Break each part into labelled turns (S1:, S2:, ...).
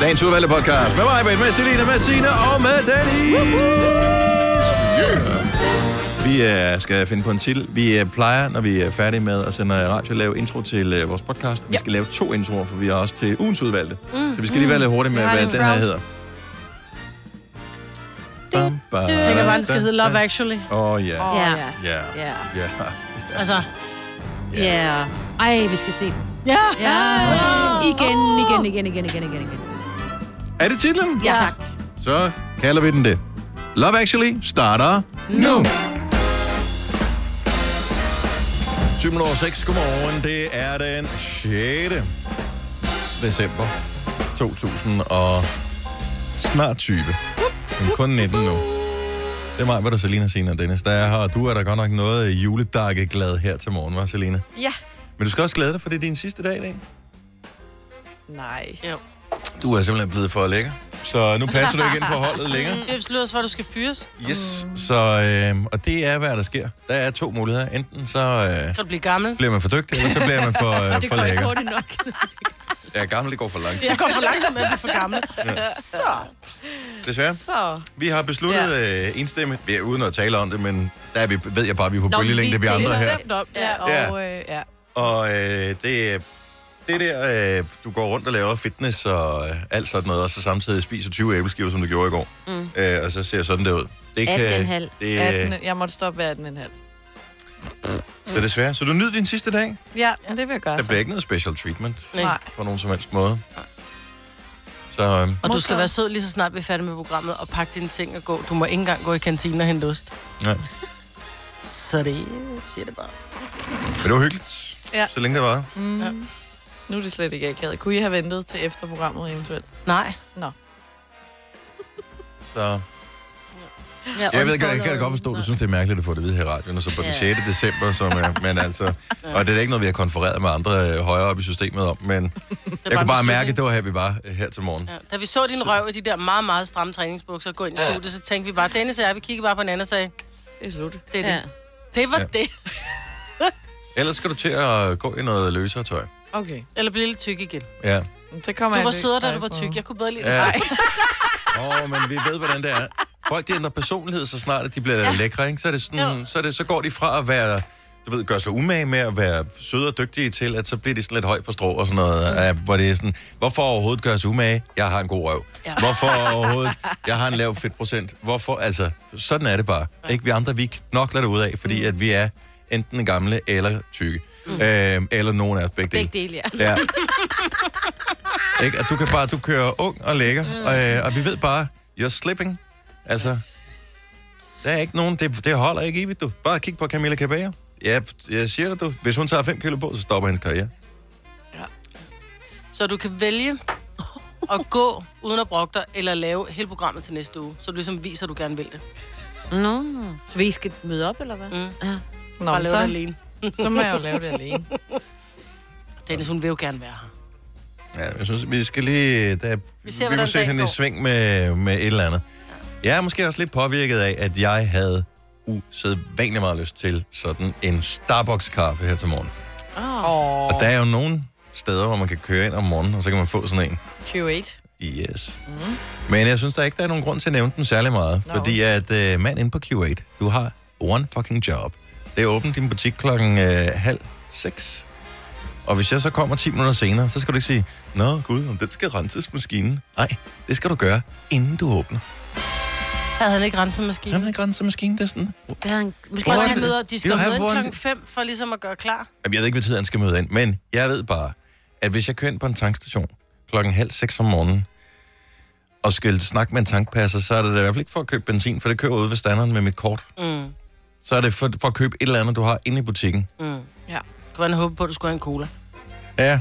S1: Dagens udvalgte podcast med mig, Britt, med Selina, med Sina og med Dennis. Yeah. Vi øh, skal finde på en titel. Vi øh, plejer, når vi er færdige med at sende radio, at lave intro til øh, vores podcast. Vi
S2: Ja.
S1: skal lave to introer, for vi er også til ugens udvalgte.
S2: Mm,
S1: Så vi skal lige være
S2: mm.
S1: lidt hurtige med,
S2: Vi har
S1: hvad
S2: en
S1: den her
S2: round.
S1: hedder. Bam, bam,
S3: Jeg tænker bare, den skal
S1: da,
S3: hedde
S1: da.
S3: Love Actually.
S1: Åh, ja.
S3: Ja.
S1: Ja.
S3: Ja.
S1: Ja.
S3: Altså,
S1: Ja.
S4: Yeah. Ej, vi skal se den.
S3: ja. Ah.
S4: Ja. Igen, igen, igen, igen, igen, igen, igen.
S1: Er det titlen?
S4: Ja, tak.
S1: Så kalder vi den det. Love Actually starter nu. 7 minutter 6. Godmorgen. Det er den 6. december 2000 og snart 20. Men kun 19 nu. Det er mig, hvad der Selina Sina og Dennis. Der er her, og du er der godt nok noget juledakke glad her til morgen, var Selina?
S5: Ja.
S1: Men du skal også glæde dig, for det er din sidste dag i dag.
S5: Nej.
S3: Jo.
S1: Du er simpelthen blevet for lækker. Så nu passer du ikke ind på holdet længere.
S3: Det betyder også, for, at du skal fyres.
S1: Yes, så, øh, og det er, hvad der sker. Der er to muligheder. Enten så øh,
S3: Så kan du blive gammel.
S1: bliver man for dygtig, eller så bliver man for, øh, for lækker.
S3: det nok.
S1: Ja, gammel, det går for langt.
S3: Det går for langsomt, at du er for gammel.
S1: Ja.
S3: Så.
S1: Desværre.
S5: Så.
S1: Vi har besluttet øh, enstemmigt, ja, uden at tale om det, men der er vi, ved jeg bare, at vi er på bølgelængde, vi andre her.
S5: Ja, og,
S1: Ja.
S5: øh, ja.
S1: Og øh, det, det der, øh, du går rundt og laver fitness og øh, alt sådan noget, og så samtidig spiser 20 æbleskiver, som du gjorde i går,
S5: Mm.
S1: øh, og så ser sådan der ud. Det
S4: 18,5.
S1: Det,
S5: 18, jeg måtte stoppe ved 18,5.
S1: det er desværre. Så du nyder din sidste dag.
S5: Ja, men det vil jeg gøre.
S1: Der
S5: så.
S1: bliver ikke noget special treatment.
S5: Nej.
S1: på nogen som helst måde. Så øhm,
S3: Og du skal være sød lige så snart vi er færdige med programmet, og pakke dine ting og gå. Du må ikke engang gå i kantinen og hente ost.
S1: ja.
S3: Så det siger det bare.
S1: Men det var hyggeligt,
S5: Ja.
S1: så længe det var.
S5: Mm. Ja. Nu er det slet ikke akavet. Kunne I have ventet til efterprogrammet eventuelt?
S3: Nej.
S5: Nå.
S1: Så. Jeg ved ikke, jeg kan da godt forstå, at du synes, det er mærkeligt at få det at vide her i radioen, og så på den
S4: Ja.
S1: 6. december, som, øh, men altså, og det er da ikke noget, vi har konfereret med andre øh, højere op i systemet om, men jeg kunne bare mærke, at det var her, vi var øh, her til morgen.
S3: Ja. Da vi så din røv i de der meget, meget stramme træningsbukser gå ind i studiet, så tænkte vi bare, Dennis og jeg, vi kiggede bare på hinanden og sagde,
S5: Det er slut.
S3: det er
S4: Ja.
S3: det. Det var
S1: Ja.
S3: det.
S1: Ellers skal du til at gå i noget løsere tøj.
S5: Okay.
S3: Eller blive lidt tyk igen.
S1: Ja.
S5: Så kommer
S3: Du
S5: jeg
S3: var
S5: løs
S3: sødere, da
S5: streg
S3: du var
S5: på.
S3: tyk. Jeg kunne bedre lide
S1: Ja.
S3: dig.
S1: Åh, oh, men vi ved, hvordan det er. Folk, de ændrer personlighed, så snart at de bliver ja. lækre, ikke? Så, er det sådan, så, er det, så går de fra at være, du ved, gør sig umage med at være søde og dygtige til, at så bliver de sådan lidt høj på strå og sådan noget. Mm. Af, hvor det er sådan, hvorfor overhovedet gøre sig umage? Jeg har en god røv. Ja. Hvorfor overhovedet? Jeg har en lav fedtprocent. Hvorfor? Altså, sådan er det bare. Ja. Ikke? Vi andre, vi knokler det ud af, fordi mm. at vi er enten gamle eller tykke. Mm. Øh, eller nogen af os begge dele.
S4: Begge dele, ja.
S1: Ja. Ikke? At du kan bare, du kører ung og lækker,
S3: Mm.
S1: og, øh, og vi ved bare, you're slipping. Altså, der er ikke nogen, det, det holder ikke evigt, du. Bare kig på Camilla Cabello. Ja, jeg siger det, du. Hvis hun tager 5 kilo på, så stopper hendes karriere.
S3: Så du kan vælge at gå uden at brokke dig, eller lave hele programmet til næste uge. Så du ligesom viser, at du gerne vil det.
S4: Nå, så vi skal møde op, eller hvad?
S3: Mm.
S4: Ja.
S5: Nå,
S3: Bare
S5: men
S3: lave
S5: så,
S3: det alene.
S5: så må jeg jo lave det alene.
S3: Dennis, hun vil jo gerne være her.
S1: Ja, jeg synes, vi skal lige... Der,
S3: Vi ser,
S1: vi må
S3: hvordan
S1: se
S3: dagen
S1: hende i
S3: går.
S1: sving med, med et eller andet. Jeg er måske også lidt påvirket af, at jeg havde usædvanlig meget lyst til sådan en Starbucks-kaffe her til morgen.
S5: Åh,
S1: Og der er jo nogle steder, hvor man kan køre ind om morgenen, og så kan man få sådan en.
S5: Q8.
S1: Yes. Mm. Men jeg synes der ikke, der er nogen grund til at nævne den særlig meget.
S5: Nå,
S1: Fordi at øh, mand inde på Q8, du har one fucking job. Det er åbent din butik klokken øh, halv seks. Og hvis jeg så kommer 10 minutter senere, så skal du ikke sige, Nå gud, om den skal renses maskinen. Nej, det skal du gøre, inden du åbner.
S3: Havde han ikke renset
S1: Han
S3: maskinen?
S1: havde renset maskinen, det er sådan.
S4: Det har en... Måske
S1: Hvor
S3: Og
S1: er
S3: de,
S1: det?
S3: møder, de skal
S1: Jo, han
S3: møde
S1: får en-
S3: klokken 5 for ligesom at gøre klar.
S1: Jamen, jeg ved ikke, hvad tid han skal møde ind, men jeg ved bare, at hvis jeg kører ind på en tankstation klokken halv seks om morgenen, og skal snakke med en tankpasser, så er det da i hvert fald ikke for at købe benzin, for det kører ude ved standeren med mit kort.
S3: Mm.
S1: Så er det for, for at købe et eller andet, du har inde i butikken.
S3: Mm.
S5: Ja.
S3: Kunne han håbe på, at du skulle have en cola?
S1: Ja.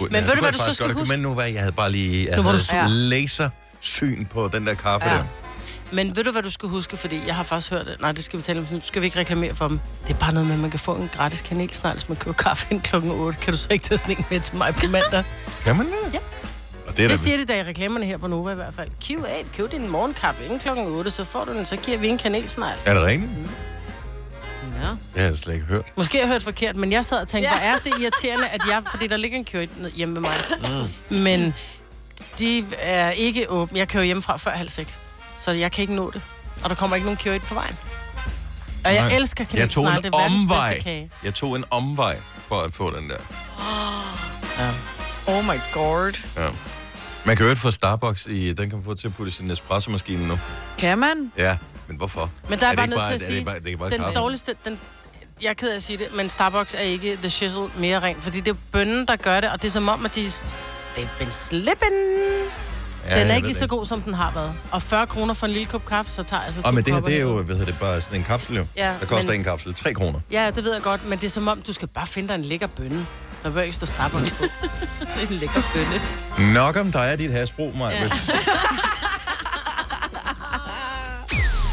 S1: Men
S3: ved du, hvad du så skal huske?
S1: Men nu var jeg, jeg havde bare lige jeg
S3: Nu var
S1: havde
S3: du
S5: sur.
S1: lasersyn på den der kaffe ja.
S5: Ja.
S1: der.
S3: Men ved du, hvad du skal huske? Fordi jeg har faktisk hørt det. Nej, det skal vi tale om. Nu skal vi ikke reklamere for dem. Det er bare noget med, at man kan få en gratis kanelsnegl, hvis man køber kaffe ind klokken 8. Kan du så ikke tage sådan en med til mig på mandag?
S1: Kan man det?
S3: Ja.
S1: Og det er
S3: det
S1: da
S3: siger de da i reklamerne her på Nova i hvert fald. Q8, køb din morgenkaffe inden klokken 8, så får du den, så giver vi en kanelsnegl.
S1: er det rent?
S4: Ja.
S1: Det har jeg slet ikke hørt.
S3: Måske har jeg hørt forkert, men jeg sad og tænkte, ja. hvor er det irriterende, at jeg... Fordi der ligger en Q8 ned hjemme med mig. Mm. Men de er ikke åbne. Jeg kører hjemmefra før halv seks, så jeg kan ikke nå det. Og der kommer ikke nogen Keurig på vejen. Og jeg
S1: Nej.
S3: elsker
S1: Jeg tog
S3: kanelsnegle,
S1: en
S3: det er verdens
S1: omvej.
S3: bedste kage.
S1: Jeg tog en omvej for at få den der.
S5: Oh my god.
S1: Ja. Man kan jo ikke få Starbucks i, den kan man få til at putte i sin espresso-maskine nu.
S5: Kan man?
S1: Ja, men hvorfor?
S3: Men der er,
S1: det
S3: bare
S1: ikke
S3: nødt til at
S1: er det
S3: sige,
S1: ikke bare- det er ikke bare
S3: den
S1: kaffe?
S3: dårligste, den, jeg er ked af at sige det, men Starbucks er ikke The Shizzle mere rent, fordi det er bønnen, der gør det, og det er som om, at de... They've been slipping.
S1: Ja,
S3: den er ikke
S1: jeg ved
S3: lige så
S1: det
S3: god, som den har været. Og 40 kroner for en lille kop kaffe, så tager jeg så to
S1: Og men det her,
S3: kopper
S1: det er jo,
S3: derud.
S1: hvad hedder det, bare sådan en kapsel jo.
S3: Ja,
S1: der koster
S3: men-
S1: en kapsel 3 kroner.
S3: Ja, det ved jeg godt, men det er som om, du skal bare finde dig en lækker bønne. Der bør ikke stå Starbucks på.
S4: Det er en lækker bønne.
S1: Nok om dig er dit hasbro, Maja. Ja.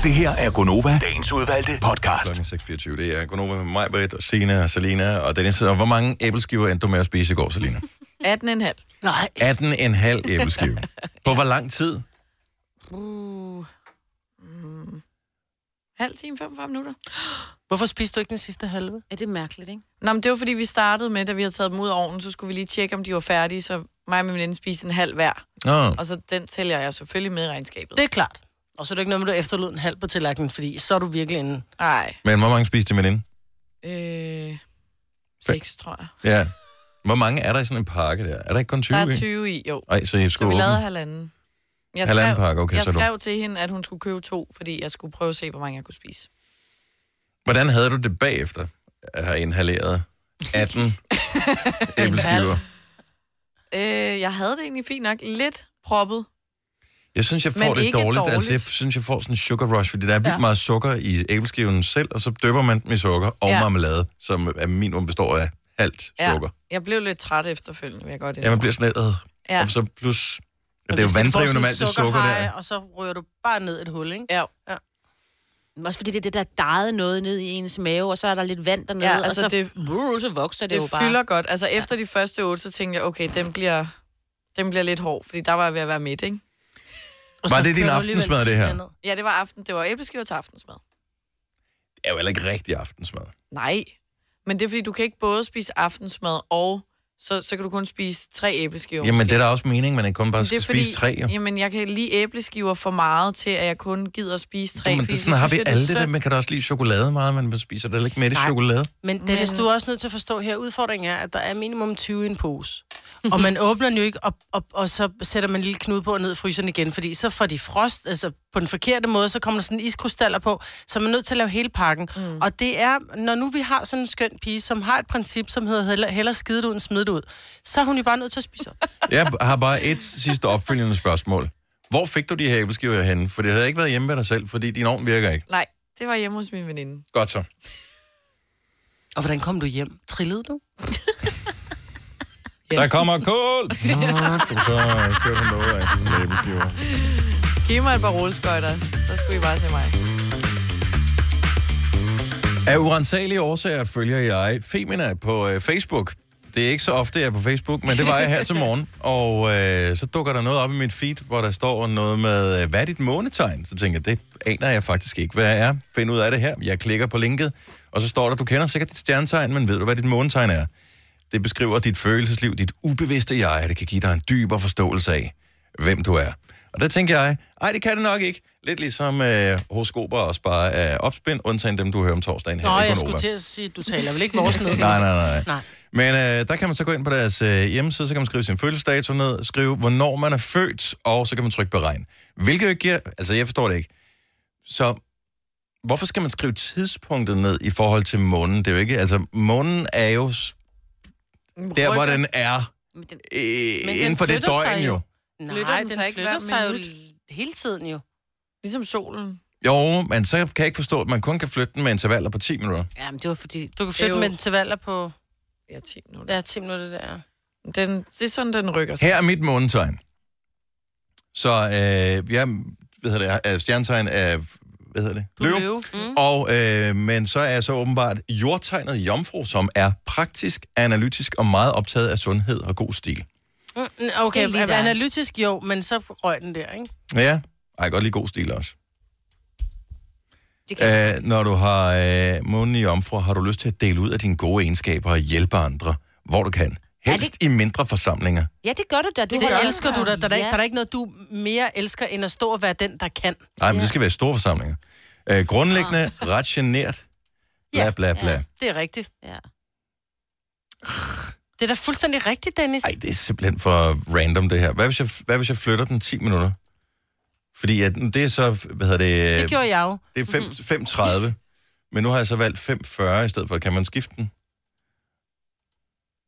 S2: Det her er Gonova, dagens udvalgte podcast.
S1: Klokken 6.24. Det er Gunova med mig, Britt, og Sina, og Selina og Dennis. Og hvor mange æbleskiver endte du med at spise i går, Selina?
S5: 18,5.
S3: Nej.
S1: 18,5 æbleskiver. På hvor lang tid?
S5: Uh. Mm. Halv time, 45 minutter.
S3: Hvorfor spiste du ikke den sidste halve?
S4: Er det mærkeligt, ikke?
S5: Nå, men det var fordi, vi startede med, da vi havde taget dem ud af ovnen, så skulle vi lige tjekke, om de var færdige, så mig og min veninde spiste en halv hver.
S1: Nå,
S5: Og så den tæller jeg selvfølgelig med i regnskabet.
S3: Det er klart. Og så er det ikke noget med, at du efterlod en halv på tallerkenen, fordi så er du virkelig en...
S5: Nej.
S1: men hvor mange spiste man inden?
S5: Øh, 6, tror jeg.
S1: Ja. Hvor mange er der i sådan en pakke der? Er der ikke kun 20?
S5: Der er
S1: i?
S5: 20 i, jo.
S1: Ej, så jeg
S5: Så
S1: skulle
S5: vi
S1: åbne.
S5: lavede halvanden. Jeg
S1: Halvanden pakke, okay,
S5: jeg
S1: så er du-
S5: skrev til hende, at hun skulle købe to, fordi jeg skulle prøve at se, hvor mange jeg kunne spise.
S1: Hvordan havde du det bagefter at have inhaleret 18 æbleskiver?
S5: Øh, jeg havde det egentlig fint nok. Lidt proppet.
S1: Jeg synes, jeg får
S5: Men
S1: det
S5: ikke
S1: dårligt.
S5: dårligt.
S1: Altså, jeg synes, jeg får sådan en sugar rush, fordi der er vildt
S5: Ja.
S1: meget sukker i æbleskiven selv, og så døber man dem i sukker og
S5: Ja.
S1: ja. marmelade, som er minimum består af halvt
S5: Ja.
S1: sukker.
S5: Jeg blev lidt træt efterfølgende, vil jeg godt
S1: Ja, man bliver sådan lidt, øh,
S5: Ja.
S1: og så plus...
S3: Og
S1: Det er jo
S3: hvis du får
S1: vanddrivende
S3: sådan
S1: med
S3: en
S1: alt det sukker der.
S3: sukkerhaj, Og så rører du bare ned et hul, ikke?
S5: Ja,
S4: Men Også fordi det er det, der dejede noget ned i ens mave, og så er der lidt vand dernede,
S5: Ja, altså
S4: og så,
S5: det-
S4: brrr, så vokser det,
S5: det,
S4: jo
S5: det
S4: bare.
S5: fylder godt. Altså efter de første otte, så tænkte jeg, okay, den bliver, den bliver lidt hård, fordi der var jeg ved at være midt, ikke?
S3: Og så
S1: Var det din
S3: kører du alligevel
S1: aftensmad, det her?
S3: timen ned.
S5: Ja, det var aften. Det var æbleskiver til aftensmad.
S1: Det er jo heller ikke rigtig aftensmad.
S5: Nej, men det er fordi, du kan ikke både spise aftensmad og så, så kan du kun spise tre æbleskiver.
S1: Jamen,
S5: måske.
S1: det er da også meningen, man ikke kun bare
S5: Men det
S1: skal
S5: er
S1: spise
S5: fordi,
S1: tre. Jo.
S5: Jamen, jeg kan lige æbleskiver for meget til, at jeg kun gider at spise tre.
S1: Tre, men
S5: fordi
S1: det,
S5: så
S1: sådan har
S5: synes
S1: vi
S5: jeg, er
S1: alle det, der.
S5: synd.
S1: Man kan da også lide chokolade meget, men man spiser da heller ikke med i
S3: Nej.
S1: chokolade.
S3: Men Dennis,
S5: Men-
S3: du er også nødt til at forstå her, udfordringen er, at der er minimum 20 i en pose. Og man åbner den jo ikke, og, og, og så sætter man en lille knude på og ned i fryseren igen, fordi så får de frost, altså på den forkerte måde, så kommer der sådan iskrystaller på, så man er nødt til at lave hele pakken. Mm. Og det er, når nu vi har sådan en skøn pige, som har et princip, som hedder heller, hellere skide det ud end smide det ud, så er hun jo bare nødt til at spise op.
S1: Jeg har bare et sidste opfølgende spørgsmål. Hvor fik du de her æbleskiver henne? For det havde ikke været hjemme ved dig selv, fordi din ovn virker ikke.
S5: Nej, det var hjemme hos min veninde.
S1: Godt så.
S3: Og hvordan kom du hjem? Trillede du?
S1: Der kommer kål! Du så kører hun noget af sådan en æbleskiver.
S5: Giv mig et par rulleskøjter, så skulle I bare se mig.
S1: Af urensagelige årsager følger jeg Femina på øh, Facebook. Det er ikke så ofte, jeg er på Facebook, men det var jeg her til morgen. Og øh, så dukker der noget op i mit feed, hvor der står noget med, øh, hvad er dit månetegn? Så tænker jeg, det aner jeg faktisk ikke, hvad er. Find ud af det her. Jeg klikker på linket, og så står der, du kender sikkert dit stjernetegn, men ved du, hvad dit månetegn er? Det beskriver dit følelsesliv, dit ubevidste jeg. Det kan give dig en dybere forståelse af, hvem du er. Og der tænker jeg, ej, det kan det nok ikke. Lidt ligesom øh, horoskoper og spare af opspind, undtagen dem, du hører om torsdagen her.
S3: Nå,
S1: i
S3: jeg
S1: Gonova.
S3: skulle til at sige, du taler vel ikke vores noget?
S1: Nej, nej, nej. nej.
S3: Nej.
S1: Men øh, der kan man så gå ind på deres øh, hjemmeside, så kan man skrive sin fødselsdato ned, skrive, hvornår man er født, og så kan man trykke beregn. Hvilket jo ikke giver... Altså, jeg forstår det ikke. Så hvorfor skal man skrive tidspunktet ned i forhold til månen? Det er jo ikke... Altså, månen er jo s- der, hvor den er.
S4: Men den-
S1: Øh,
S3: den
S1: inden for det
S3: flytter sig
S1: døgn
S3: jo.
S1: jo.
S3: Nej,
S5: Flytter den
S3: den,
S5: sig ikke
S3: flytter
S5: hver
S3: sig jo
S5: minut?
S3: hele tiden jo.
S5: Ligesom solen.
S1: Jo, men så kan jeg ikke forstå, at man kun kan flytte den med intervaller på 10 minutter.
S4: Ja, men det var fordi...
S3: Du kan
S5: Det er
S3: flytte
S5: jo-
S3: med den til valg på
S5: Ja, 10 minutter.
S3: ja, 10 minutter der.
S5: Den, det er sådan, den rykker sig.
S1: Her er mit månetegn. Så øh, jeg... Hvad hedder det? er- er Stjernetegn er... Hvad hedder det?
S3: Du løve. Mm.
S1: Og, øh, men så er jeg så åbenbart jordtegnet jomfru, som er praktisk, analytisk og meget optaget af sundhed og god stil.
S3: Mm,
S4: Det
S3: Okay,
S4: er lige dig.
S3: analytisk jo, men så røg den der, ikke?
S1: Ja, ej, jeg kan godt lide god stil også.
S4: Det kan jeg
S1: Æh, når du øh, har øh, månen i jomfru, har du lyst til at dele ud af dine gode egenskaber og hjælpe andre, hvor du kan. Helst i mindre forsamlinger.
S4: Ja, det gør du da. Du
S3: Det,
S4: holder
S3: det elsker du da. Der er, da ikke,
S4: Ja.
S3: der er da ikke noget, du mere elsker, end at stå og være den, der kan.
S1: Nej, men det skal være i store forsamlinger. Øh, grundlæggende ret genert. Bla,
S3: Ah. Ja.
S1: bla, bla.
S4: Ja.
S3: Det er rigtigt.
S4: Ja.
S3: Det er da fuldstændig rigtigt, Dennis.
S1: Ej, det er simpelthen for random, det her. Hvad hvis jeg, hvad hvis jeg flytter den 10 minutter? Fordi at, det er så, hvad hedder det...
S3: Det gjorde jeg jo.
S1: Det er fem- 5.30, men nu har jeg så valgt 5.40 i stedet for. Kan man skifte den?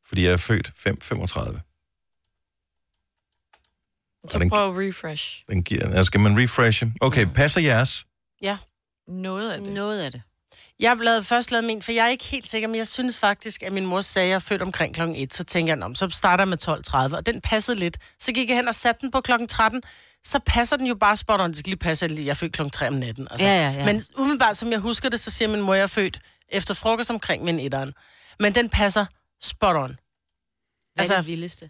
S1: Fordi jeg er født 5.35.
S5: Så
S1: Og den-
S5: prøv at refresh
S1: Den giver, altså, skal man refreshe? Okay, passer jeres?
S5: noget af det.
S4: Noget af det.
S3: Jeg lavede først lavet min, for jeg er ikke helt sikker, men jeg synes faktisk, at min mor sagde, at jeg er født omkring kl. 1, så tænker jeg, "Nå, men så starter jeg med 12.30, og den passede lidt. Så gik jeg hen og satte den på kl. 13, så passer den jo bare spot on. Det skal lige passe, at jeg er født kl. 3 om natten. Altså.
S4: Ja, ja, ja.
S3: Men umiddelbart, som jeg husker det, så siger min mor, at jeg er født efter frokost omkring min etteren. Men den passer spot on.
S4: Hvad altså, er det
S3: Altså-
S4: vildeste?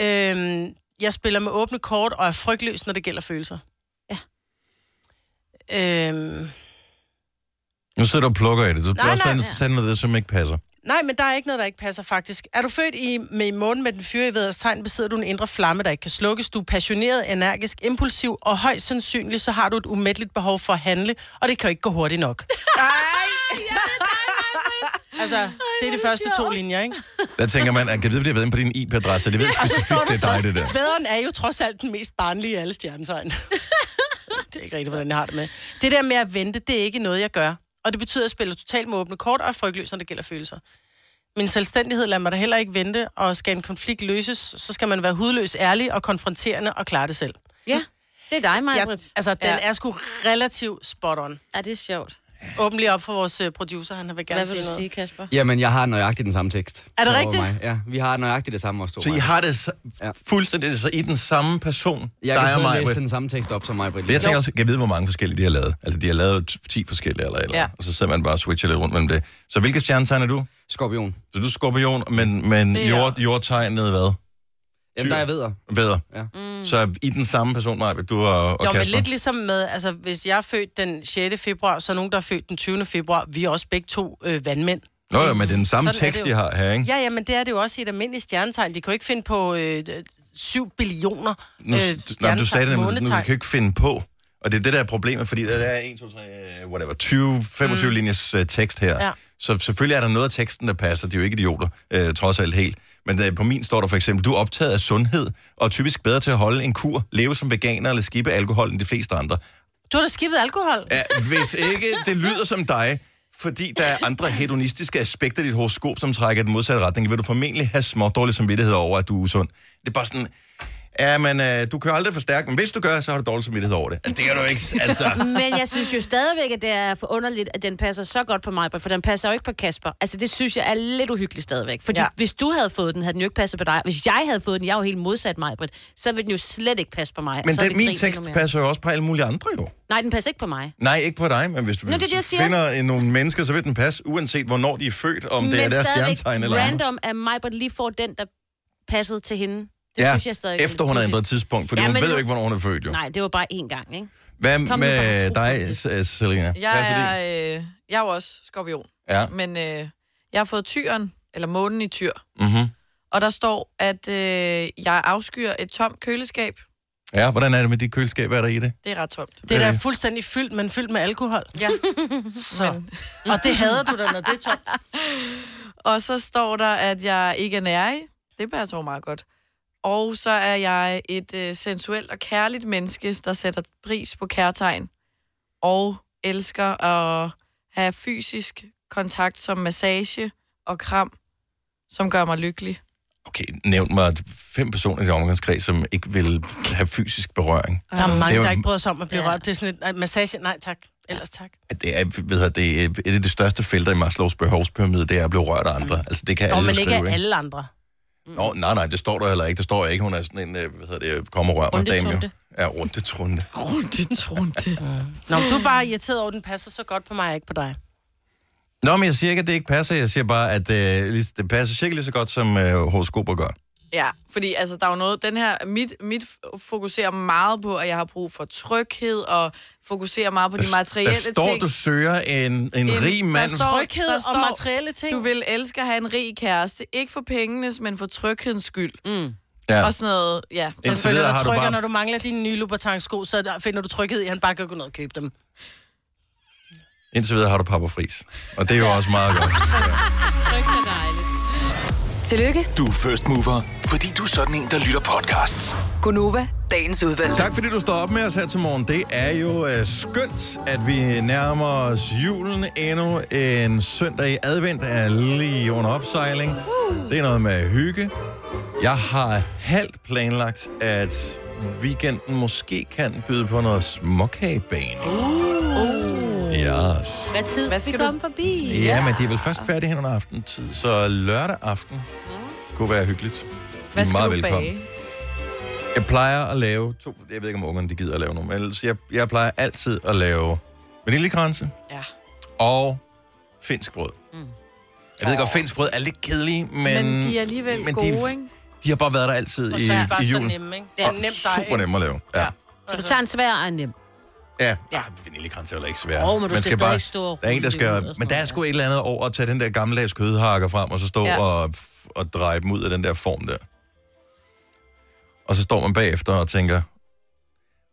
S3: Øhm, jeg spiller med åbne kort og er frygtløs, når det gælder følelser.
S4: Ja.
S3: Øhm,
S1: Nu sidder du og plukker i det. Du bliver
S3: Nej,
S1: også
S3: nej,
S1: nej,
S4: ja.
S1: sådan noget, der, som ikke passer.
S3: Nej, men der er ikke noget, der ikke passer faktisk. Er du født i, med i månen med den fyre i væders tegn, besidder du en indre flamme, der ikke kan slukkes. Du er passioneret, energisk, impulsiv, og højst sandsynligt, så har du et umætteligt behov for at handle, og det kan jo ikke gå hurtigt nok. Nej! altså, det er de første to linjer, ikke?
S1: Der tænker man, at kan vide, hvad det har været inde på din IP-adresse. Det ved specifikt, det er dig, det der.
S3: Vædderen er jo trods alt den mest barnlige af alle stjernetegn. det er ikke rigtigt, hvordan jeg har det med. Det der med at vente, det er ikke noget, jeg gør. Og det betyder, at jeg spiller totalt med åbne kort og er frygtløs, når det gælder følelser. Min selvstændighed lader mig da heller ikke vente, og skal en konflikt løses, så skal man være hudløs ærlig og konfronterende og klare det selv.
S4: Ja, det er dig,
S3: Jeg,
S4: Majbrit.
S3: altså, den
S5: Ja.
S3: er sgu relativt spot on.
S4: Ja, det er sjovt.
S3: Åbn lige op for vores øh, producer, han vil gerne
S4: Hvad vil
S3: sige
S4: du
S3: noget.
S4: sige, Kasper?
S6: Jamen, jeg har nøjagtigt den samme tekst.
S3: Er det
S6: Så
S3: rigtigt?
S6: Mig. Ja, vi har nøjagtigt det samme også to.
S1: Så I har det så,
S6: Ja.
S1: fuldstændig så i den samme person,
S6: Jeg
S1: dig
S6: kan
S1: og
S6: sidde og
S1: mig.
S6: læse den samme tekst op som mig, Britt.
S1: Men jeg tænker også, kan jeg vide, hvor mange forskellige de har lavet? Altså, de har lavet 10 forskellige eller et eller ja.
S5: Ja.
S1: og så sidder man bare og switcher lidt rundt mellem det. Så hvilket stjernetegn er du?
S6: Skorpion.
S1: Så du er skorpion, men, men
S5: Det er jeg
S1: jord,
S5: også.
S1: jordtegnet hvad?
S6: Jamen, der er jeg ved.
S1: Bedre.
S6: Ja.
S1: Mm. Så i den samme person, Maja, du og, og
S3: Jo, men
S1: Kasper.
S3: lidt ligesom med, altså hvis jeg er født den 6. februar, så er nogen, der er født den 20. februar, vi er også begge to øh, vandmænd.
S1: Nå jo, men det er den samme
S3: Sådan er
S1: tekst,
S3: det
S1: de
S3: jo.
S1: har her, ikke?
S3: Ja, ja, men det er det jo også i et almindeligt stjernetegn. De kan jo ikke finde på øh, 7 billioner øh,
S1: Nu, øh, nej, du sagde det, men nu kan
S3: månetegn.
S1: du ikke finde på. Og det er det, der er problemet, fordi der er 1, 2, 3, øh, whatever, 20, 25 mm. linjes øh, tekst her. Ja.
S3: Ja.
S1: Så selvfølgelig er der noget af teksten, der passer. De er jo ikke idioter, øh, trods alt helt. Men øh, på min står der for eksempel, du er optaget af sundhed, og er typisk bedre til at holde en kur, leve som veganer eller skippe alkohol end de fleste andre.
S3: Du har da skibet alkohol. Ja.
S1: Ja, hvis ikke det lyder som dig, fordi der er andre hedonistiske aspekter i dit horoskop, som trækker i den modsatte retning, vil du formentlig have små dårlig samvittighed over, at du er usund. Det er bare sådan, ja, men øh, du kører aldrig for stærkt, men hvis du gør, så har du dårlig samvittighed over det. Det kan du ikke, altså.
S4: Men jeg synes jo stadigvæk, at det er forunderligt, at den passer så godt på mig, for den passer jo ikke på Kasper. Altså, det synes jeg er lidt uhyggeligt stadigvæk. Fordi ja.
S5: Ja.
S4: hvis du havde fået den, havde den jo ikke passet på dig. Hvis jeg havde fået den, jeg er jo helt modsat mig, Britt, så ville den jo slet ikke passe på mig.
S1: Men
S4: så ville
S1: den,
S4: vi
S1: min
S4: grine
S1: tekst
S4: endnu mere.
S1: passer jo også på alle mulige andre jo.
S4: Nej, den passer ikke på mig.
S1: Nej, ikke på dig, men hvis du
S4: Nå, det er det, jeg siger.
S1: finder en- nogle mennesker, så vil den passe, uanset hvornår de er født, om det er
S4: Men
S1: deres
S4: stadigvæk
S1: stjernetegn eller andet.
S4: random, at mig Britt lige får den, der passede til hende. Det
S1: Ja,
S4: synes jeg stadig
S1: efter hun har ændret tidspunkt, fordi
S4: Ja,
S1: ja, hun
S4: men
S1: ved
S4: nu-
S1: jo ikke, hvornår hun er født jo.
S4: Nej, det var bare én gang, ikke?
S1: Hvad
S4: Kom nu bare,
S1: med
S4: tro på
S1: dig,
S4: det.
S1: S- Selina? Hvad så
S5: Jeg
S1: din?
S5: er, øh, jeg er jo også skorpion,
S1: Ja.
S5: men øh, jeg har fået tyren, eller månen i tyr,
S1: Mm-hmm.
S5: og der står, at øh, jeg afskyer et tomt køleskab.
S1: Ja, hvordan er det med dit køleskab? Hvad er der i det?
S5: Det er ret tomt.
S3: Det er da
S1: Øh.
S3: fuldstændig fyldt, men fyldt med alkohol.
S5: Ja.
S3: Så. Og det hader du da, når det er tomt.
S5: Og så står der, at jeg ikke er nærig. Det passer jo meget godt. Og så er jeg et øh, sensuelt og kærligt menneske, der sætter pris på kærtegn. Og elsker at have fysisk kontakt som massage og kram, som gør mig lykkelig.
S1: Okay, nævn mig fem personer i din omgangskreds, som ikke vil have fysisk berøring.
S3: Der er
S1: det er
S3: mange,
S1: jo-
S3: der ikke bryder sig om at blive
S4: Ja.
S3: rørt. Det er sådan et "Ej, massage. Nej, tak. Ellers tak.
S1: Det er, ved jeg, det er et af de største felter i Maslows behovspyramide, det er at blive rørt af andre. Altså, det kan
S3: Og
S1: alle
S3: men
S1: jo
S3: ikke
S1: skrive,
S3: af alle andre.
S1: Nå, nej, nej, det står der heller ikke. Det står ikke, hun er sådan en, øh, hvad hedder det, kom og rør mig, dame. jo.
S4: Rundetrunde.
S1: Ja, rundetrunde.
S5: Rundt, rundt.
S3: Nå, men du er bare irriteret over, at den passer så godt på mig, og ikke på dig.
S1: Nå, men jeg siger ikke, at det ikke passer. Jeg siger bare, at øh, lige- det passer cirka lige så godt, som øh, horoskoper gør.
S5: Ja, fordi altså, der er jo noget, den her, mit, mit f- fokuserer meget på, at jeg har brug for tryghed, og fokuserer meget på de materielle
S1: der står,
S5: ting.
S1: du søger en, en,
S5: En-
S1: rig mand.
S5: der står,
S3: Tryghed
S5: der
S3: og
S5: står,
S3: materielle ting.
S5: Du vil elske at have en rig kæreste, ikke for pengenes, men for tryghedens skyld. Mm.
S1: Ja.
S5: Og sådan noget, ja.
S1: Indtil
S5: følger
S1: videre
S5: dig
S1: har du
S5: tryg-
S3: Trykker,
S1: bare-
S3: når du mangler dine nye Louboutin-sko, så der finder du tryghed i, at han bare kan gå ned og købe dem.
S1: Indtil videre har du Papa Fris. Og det er jo også meget godt.
S4: Trygt og dejligt.
S7: Tillykke,
S2: Du er first mover, fordi du er sådan en, der lytter podcasts.
S7: Gunova, dagens udvalgte.
S1: Tak fordi du står op med os her til morgen. Det er jo øh, skønt, at vi nærmer os julen endnu en søndag i advent er lige under opsejling. Det er noget med hygge. Jeg har halvt planlagt, at weekenden måske kan byde på noget småkagebane. Uh. Yes.
S4: Hvad tid skal vi komme forbi?
S1: Ja, men det er vel først færdigt hen under aftentid, så lørdag aften kunne være hyggeligt.
S5: Hvad skal
S1: Meget
S5: du
S1: velkommen.
S5: bage?
S1: Jeg plejer at lave to... Jeg ved ikke, om ungerne de gider at lave nogen, men ellers jeg, jeg plejer altid at lave vaniljekranse
S5: Ja.
S1: og finsk brød. Mm. Jeg ved godt, finsk brød er lidt kedelige, men...
S5: Men, men de er alligevel
S1: men
S5: gode,
S1: de,
S5: ikke?
S1: de har bare været der altid
S3: Og
S1: i,
S3: så er det bare
S1: i
S3: så
S1: julen.
S3: nemme, ikke? Det er
S1: Og
S3: nemt dig,
S1: super nemme at lave. Ja. ja.
S4: Så
S5: Altså-
S4: du tager en svær og en nem.
S1: Ja,
S4: Ja.
S1: ja. vaniljekranse er jo ikke svært.
S4: Jo, men du skal stadig ikke stå og
S1: Der er
S4: rulle
S1: en, der
S4: det ud og
S1: skal...
S4: sådan
S1: Men der er
S4: noget,
S1: sgu et eller andet over at tage den der gammeldags kødhakker frem, og så stå
S5: Ja.
S1: ja. og, og dreje dem ud af den der form der. Og så står man bagefter og tænker,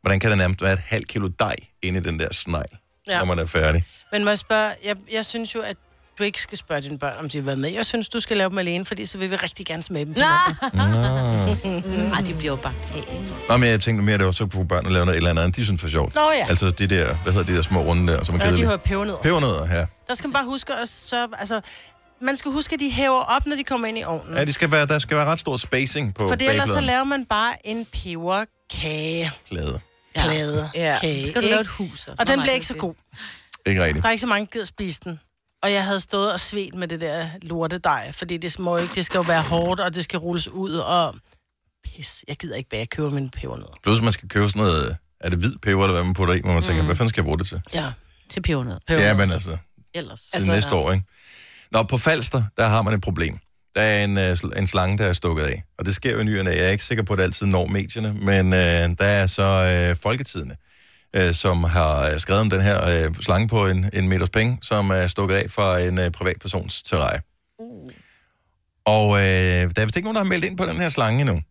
S1: hvordan kan der nærmest være et halvt kilo dej inde i den der snegl, ja.
S3: Ja.
S1: når man er færdig?
S3: Men må jeg spørge, jeg, jeg synes jo, at du ikke skal spørge dine børn, om de vil være med. Jeg synes, du skal lave dem alene, fordi så vil vi rigtig gerne smage dem. på
S4: Nej,
S3: mandag.
S4: Ej, de bliver jo bare af, ikke?
S1: Nå, men jeg tænkte mere, at det var så kunne børnene lave noget et eller andet, andet, de synes for sjovt.
S3: Nå ja.
S1: Altså de der, hvad hedder de der små runde der, som er
S3: Ja, de
S1: kedelige.
S3: hører pebernødder.
S1: Pebernødder, ja.
S3: Der skal man bare huske at så, altså, man skal huske, at de hæver op, når de kommer ind i
S4: Mm.
S3: ovnen.
S1: Ja, de skal være, der skal være ret stor spacing på
S3: For det ellers så
S1: bagepladen.
S3: laver man bare en peberkage.
S1: Plade.
S4: Ja.
S3: Plade.
S5: Ja.
S3: Kage,
S4: Skal du lave et
S3: ikke?
S4: hus?
S3: Og den bliver ikke så god.
S1: Ikke rigtigt.
S3: Der er ikke så mange, der gider spise den. Og jeg havde stået og svedt med det der lorte dej, fordi det, må jo ikke, det skal jo være hårdt, og det skal rulles ud, og pis, jeg gider ikke bage, jeg køber mine pebernødder.
S1: Plus man skal købe sådan noget, øh, er det hvid peber, eller hvad man putter i, hvor man tænker, hvad fanden skal jeg bruge det til?
S3: Ja,
S4: Til pebernød.
S1: Ja,
S3: pebernødder.
S1: men altså, til
S4: Ellers.
S1: altså, næste år, ikke? Nå, på Falster, der har man et problem. Der er en, øh, sl- en slange, der er stukket af. Og det sker jo i ny og næ. Jeg er ikke sikker på, at det altid når medierne, men øh, der er så øh, Folketidene, øh, som har øh, skrevet om den her øh, slange på en, en meters penge, som er stukket af fra en øh, privatpersons terrarie. Og øh, der er vist ikke nogen, der har meldt ind på den her slange endnu.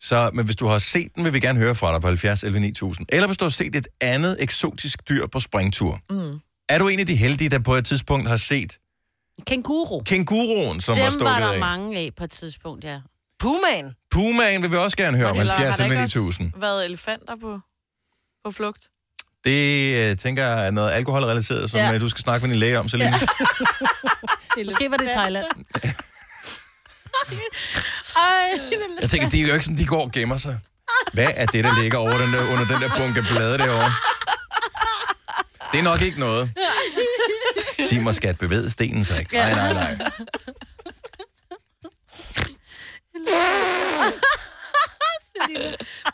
S1: Så, men hvis du har set den, vil vi gerne høre fra dig på 70 11 9000. Eller hvis du har set et andet eksotisk dyr på springtur. Mm. Er du en af de heldige, der på et tidspunkt har set
S4: Kenguru.
S1: kænguruen, som var
S4: Dem
S1: stukket
S4: var der
S1: af?
S4: mange af på et tidspunkt, ja.
S3: Pumaen.
S1: Pumaen vil vi også gerne høre om,
S5: Eller har
S1: 70
S5: der ikke
S1: 11
S5: også
S1: 9000.
S5: været elefanter på, på flugt?
S1: Det øh, tænker jeg er noget alkoholrelateret, som
S3: Ja.
S1: ja. du skal snakke med din læge om, Selina. Ja.
S3: Måske var det i Thailand.
S4: Ej,
S1: Jeg tænker, det er jo ikke sådan, de går og gemmer sig. Hvad er det, der ligger over den der, under den der bunke blade derovre? Det er nok ikke noget. Sig mig, skat, bevæge stenen sig ikke. Nej, nej, nej.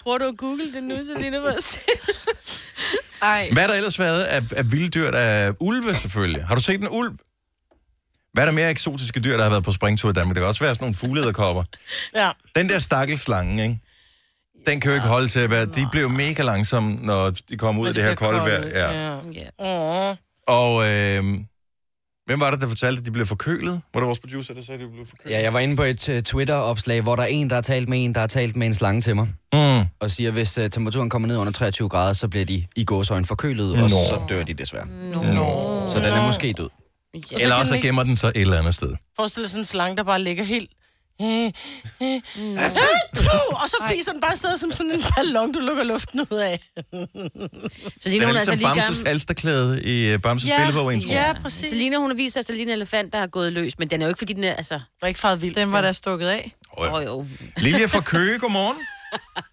S4: Prøver du at google det nu, Selina?
S5: Ej,
S1: Hvad har der ellers været af, af vilde dyr? Der er ulve, selvfølgelig. Har du set en ulv? Hvad er der mere eksotiske dyr, der har været på springtur i Danmark? Det kan også være sådan nogle fuglederkopper.
S3: Ja.
S1: Den der stakkels slange, ikke? Den kan jo ikke holde til at være... De blev mega langsomme, når de kom ud af det her kolde vejr. Ja.
S4: Ja.
S3: Mm.
S1: Og øh, hvem var det, der fortalte, at de blev forkølet? Var det vores producer, der sagde, at de blev forkølet?
S6: Ja, jeg var inde på et øh, Twitter-opslag, hvor der er en, der har talt med en, der har talt med en slange til mig,
S1: Mm.
S6: og siger, at hvis øh, temperaturen kommer ned under 23 grader, så bliver de i gåsøjne forkølet,
S1: Nå.
S6: og så dør de desværre.
S1: Nå.
S6: Så den er måske død.
S3: Og Mm. så
S1: Eller
S3: kan
S1: også
S3: den
S1: så
S3: ikke
S1: gemmer den sig et eller andet sted.
S3: forestille dig sådan en slange, der bare ligger helt...
S4: Mm.
S3: Øh, øh, puh, og så fiser den bare stadig som sådan en ballon, du lukker luften ud af.
S4: Så Lina,
S1: Den er
S4: hun er altså
S1: ligesom
S4: lige
S1: Bamses
S4: gammel.
S1: alsterklæde i øh, Bamses
S3: Ja,
S1: billedbog, intro.
S3: ja, præcis.
S4: Så Lina, hun viser sig lige en elefant, der har gået løs, men den er jo ikke, fordi den er, altså...
S3: var ikke faret vildt.
S5: den var da stukket af.
S4: Åh oh, jo.
S1: Lilja fra Køge, godmorgen.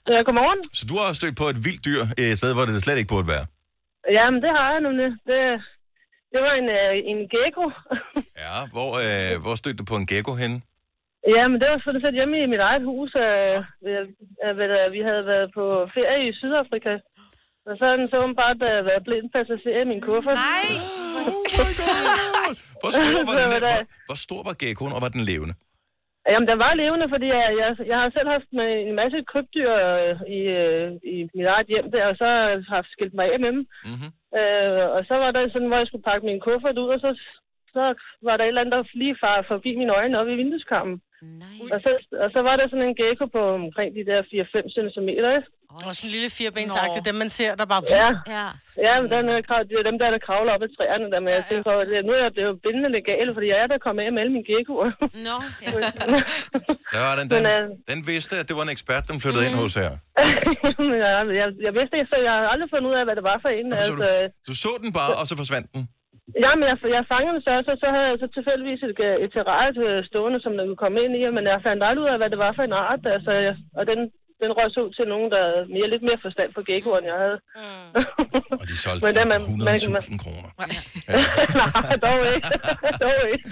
S8: Ja, godmorgen.
S1: Så du har også stødt på et vildt dyr et sted, hvor det slet ikke burde være.
S8: Jamen, det har jeg nemlig. Det, det var en, øh, en gecko.
S1: Ja, hvor, øh, hvor stødte du på en gecko henne?
S8: Jamen, det var sådan set hjemme i mit eget hus. Øh, ved- øh, ved, øh, vi havde været på ferie i Sydafrika. Og så har den så åbenbart øh, været blind passager i min kuffert. Nej!
S1: Hvor stor var,
S8: Så
S1: den,
S8: var
S1: der-
S8: der-
S1: hvor, hvor stor var geckoen, og var den levende?
S8: Jamen, den var levende, fordi jeg, jeg, jeg har selv haft med en masse krybdyr øh, i, øh, i mit eget hjem der, og så har jeg skilt mig af med dem.
S1: Mm-hmm.
S8: Øh, og så var der sådan, hvor jeg skulle pakke min kuffert ud, og så, så var der et eller andet, der lige far forbi mine øjne oppe i vindueskammen.
S4: Nej.
S8: Og så, og så var der sådan en gecko på omkring de der 4-5 cm.
S3: Og sådan en lille firebensagtig, dem man ser, der bare...
S8: Ja,
S4: Ja.
S8: ja men den, er krav- det er dem der, der kravler op ad træerne. Der, men jeg tænker, at nu er det jo bindende legale, fordi jeg er der kommet af med alle mine geckoer.
S4: Nå. Ja.
S1: Så var den,
S8: Men,
S1: den,
S8: øh,
S1: den vidste, at det var en ekspert, den flyttede mm. ind hos her.
S8: Men jeg, jeg, jeg vidste ikke, så jeg har aldrig fundet ud af, hvad det var for en.
S1: Så
S8: Altså,
S1: du, du så den bare, og så forsvandt den.
S8: ja, men jeg, jeg fangede den så, så, så havde jeg så tilfældigvis et, et terrarie øh, stående, som den kunne komme ind i, men jeg fandt aldrig ud af, hvad det var for en art. Altså, jeg, og den, den røg så ud til nogen, der havde mere, lidt mere forstand på geckoer, end jeg havde. Mm.
S1: Og de solgte
S8: Men
S1: den
S8: den
S1: for
S8: er- man-
S1: 100.000 kroner.
S8: Nej, dog ikke. dog ikke.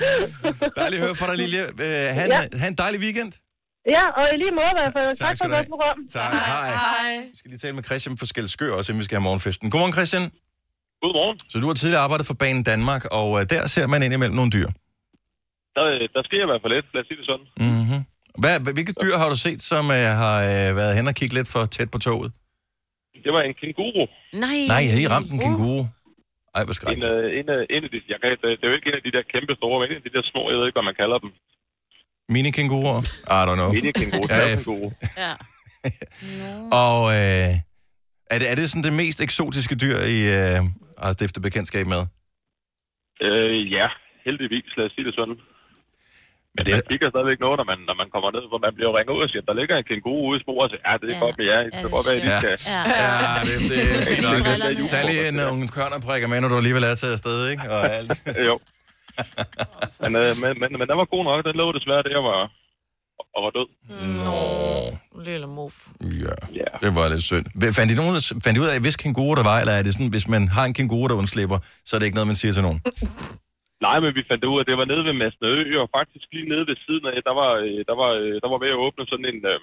S1: Dejligt at høre fra dig, Lilje. Øh, han, ja.
S8: Ja.
S1: han en dejlig weekend.
S8: ja, og i lige måde i hvert fald.
S1: Tak
S8: Tak for
S1: skal du
S8: et godt
S1: have.
S8: program.
S1: Tak. Hej.
S5: Hej.
S1: Vi skal lige tale med Christian fra Skelskør også, inden vi skal have morgenfesten. Godmorgen, Christian.
S9: Godmorgen.
S1: Så du har tidligere arbejdet for Banen Danmark, og øh, der ser man indimellem nogle dyr.
S9: Der, øh, der sker i hvert fald lidt, lad os sige det sådan.
S1: Mm-hmm. Hvad, hvad- hvilke dyr har du set, som øh, har øh, været hen og kigget lidt for tæt på toget?
S9: Det var en kænguru.
S4: Nej.
S1: Nej, jeg har lige ramt en kænguru. Ej, hvor
S9: En,
S1: skrækkeligt.
S9: øh, en, øh, en af de, jeg kan, det er jo ikke en af de der kæmpe store, men en af de der små, jeg ved ikke, hvad man kalder dem.
S1: Mini-kænguruer? I don't know.
S9: Mini kænguru,
S1: Ja, ja.
S9: kænguru.
S4: Ja.
S1: Og øh, er, det, er det sådan det mest eksotiske dyr, I øh, har stiftet bekendtskab med?
S9: Øh, ja, heldigvis, lad os sige det sådan. Men
S1: det
S9: det...
S1: er-
S9: man kigger stadigvæk noget, når man, når man kommer ned, hvor man bliver jo ringet ud og siger, der ligger en kænguru ude i sporet. Så, Ja, det er
S4: Ja.
S9: godt med jer. Det
S4: Ja,
S9: kan godt være, at I
S4: det er
S9: skal...
S4: Ja.
S1: Ja, det, det er fint nok.
S4: Brillerne.
S1: Tag lige en, øh, nogle kørnerprikker med, når du alligevel er taget afsted, ikke? Og alt.
S9: jo. men, øh, men, men, men den var god nok. Den lå desværre der, var, og var død.
S1: Nå,
S5: Lille move.
S1: ja.
S9: Ja.
S1: Det var lidt synd. Hvad- Fandt I, nogen, fandt I ud af, hvis kænguru der var, eller er det sådan, hvis man har en kænguru, der undslipper, så er det ikke noget, man siger til nogen?
S9: Nej, men vi fandt ud af, at det var nede ved Masnø, og faktisk lige nede ved siden af, der var, øh, der var, øh, der var ved at åbne sådan en, øh,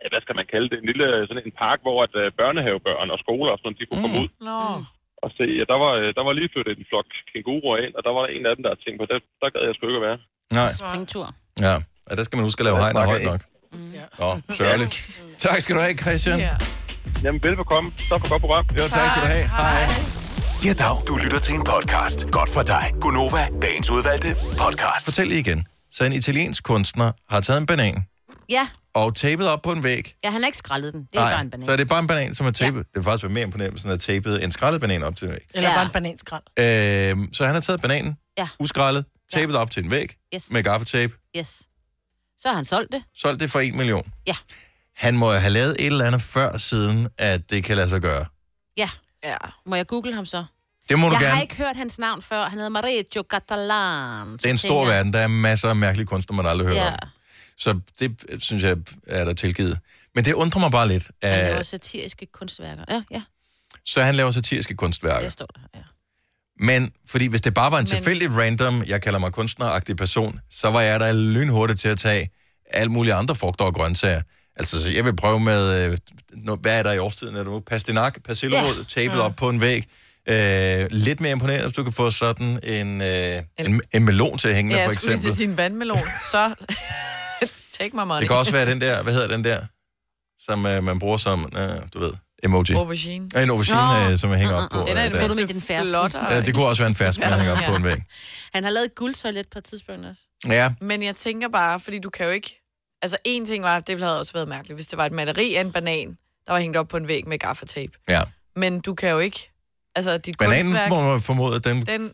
S9: ja, hvad skal man kalde det, en lille øh, sådan en park, hvor at, øh, børnehavebørn og skoler og sådan, noget, de kunne mm. komme ud
S5: Nå.
S9: og se. Ja, der, var, øh, der var lige flyttet en flok kænguruer ind, og der var der en af dem, der tænkte på, der, der gad jeg sgu ikke at være.
S1: Nej.
S4: Springtur.
S1: Ja. ja der skal man huske at lave
S9: Jeg
S1: hegn
S9: snakker
S1: højt
S9: ikke.
S1: nok. Mm. Nå, sørgeligt. Tak skal du have, Christian.
S5: Ja.
S9: Jamen, velbekomme. Tak for godt program.
S1: Jo, tak skal du have. Hej.
S2: Ja, dag. Du lytter til en podcast. Godt for dig. Gunova. Dagens udvalgte podcast.
S1: Fortæl igen. Så en italiensk kunstner har taget en banan
S4: Ja.
S1: og tapet op på en væg.
S4: ja, han har ikke skrællet den. Det er bare en banan.
S1: så er det bare en banan, som er tapet. Ja. Det vil faktisk være mere imponerende, hvis han har tapet en skrællet banan op til en væg.
S3: Eller
S4: Ja.
S3: bare en bananskrald.
S1: Øhm, så han har taget bananen,
S4: Ja.
S1: uskrællet, tapet op til en væg
S4: Yes.
S1: med gaffetape,
S4: Yes. Så har han solgt det.
S1: solgt det for en million.
S4: Ja.
S1: Han må jo have lavet et eller andet før siden, at det kan lade sig gøre.
S4: Ja.
S5: Ja.
S4: Må jeg google ham så?
S1: Det må du
S4: Jeg
S1: gerne.
S4: har ikke hørt hans navn før. Han hedder Mareggio Catalan.
S1: Det er en stor verden. Der er masser af mærkelige kunstner, man aldrig hører
S4: Ja.
S1: om. Så det øh, synes jeg er der tilgivet. Men det undrer mig bare lidt.
S4: Han
S1: At,
S4: laver satiriske kunstværker. Ja, ja.
S1: så han laver satiriske kunstværker.
S4: Det står der. Ja.
S1: Men fordi hvis det bare var en tilfældig random, jeg kalder mig kunstneragtig person, så var jeg da lynhurtig til at tage alle mulige andre frugter og grøntsager. Altså, så jeg vil prøve med, øh, nå, hvad er der i årstiden? Er det nu pastinak, persillerod, yeah. tapet op på en væg? Øh, lidt mere imponerende, hvis du kan få sådan en, øh, en, en melon til at hænge med,
S5: Ja,
S1: for
S5: jeg skulle lige
S1: eksempel.
S5: til sin vandmelon, så take my money.
S1: Det kan også være den der, hvad hedder den der, som øh, man bruger som, øh, du ved, emoji.
S5: Aubergine. Ah,
S1: Ja, en aubergine, øh, som jeg hænger op på.
S5: Den er
S1: øh,
S5: det
S1: der.
S4: du
S5: mest
S4: med den ferske?
S5: flottere.
S1: Ja, det kunne også være en fersk, man hænger op på en væg.
S4: Han har lavet et guldtoilet på et tidspunkt også.
S1: Ja,
S5: Men jeg tænker bare, fordi du kan jo ikke... Altså, en ting var, det havde også været mærkeligt, hvis det var et maleri af en banan, der var hængt op på en væg med gaffatape.
S1: ja.
S5: Men du kan jo ikke... Altså, dit
S1: Bananen
S5: kunstværk,
S1: må man formode, at den,
S5: den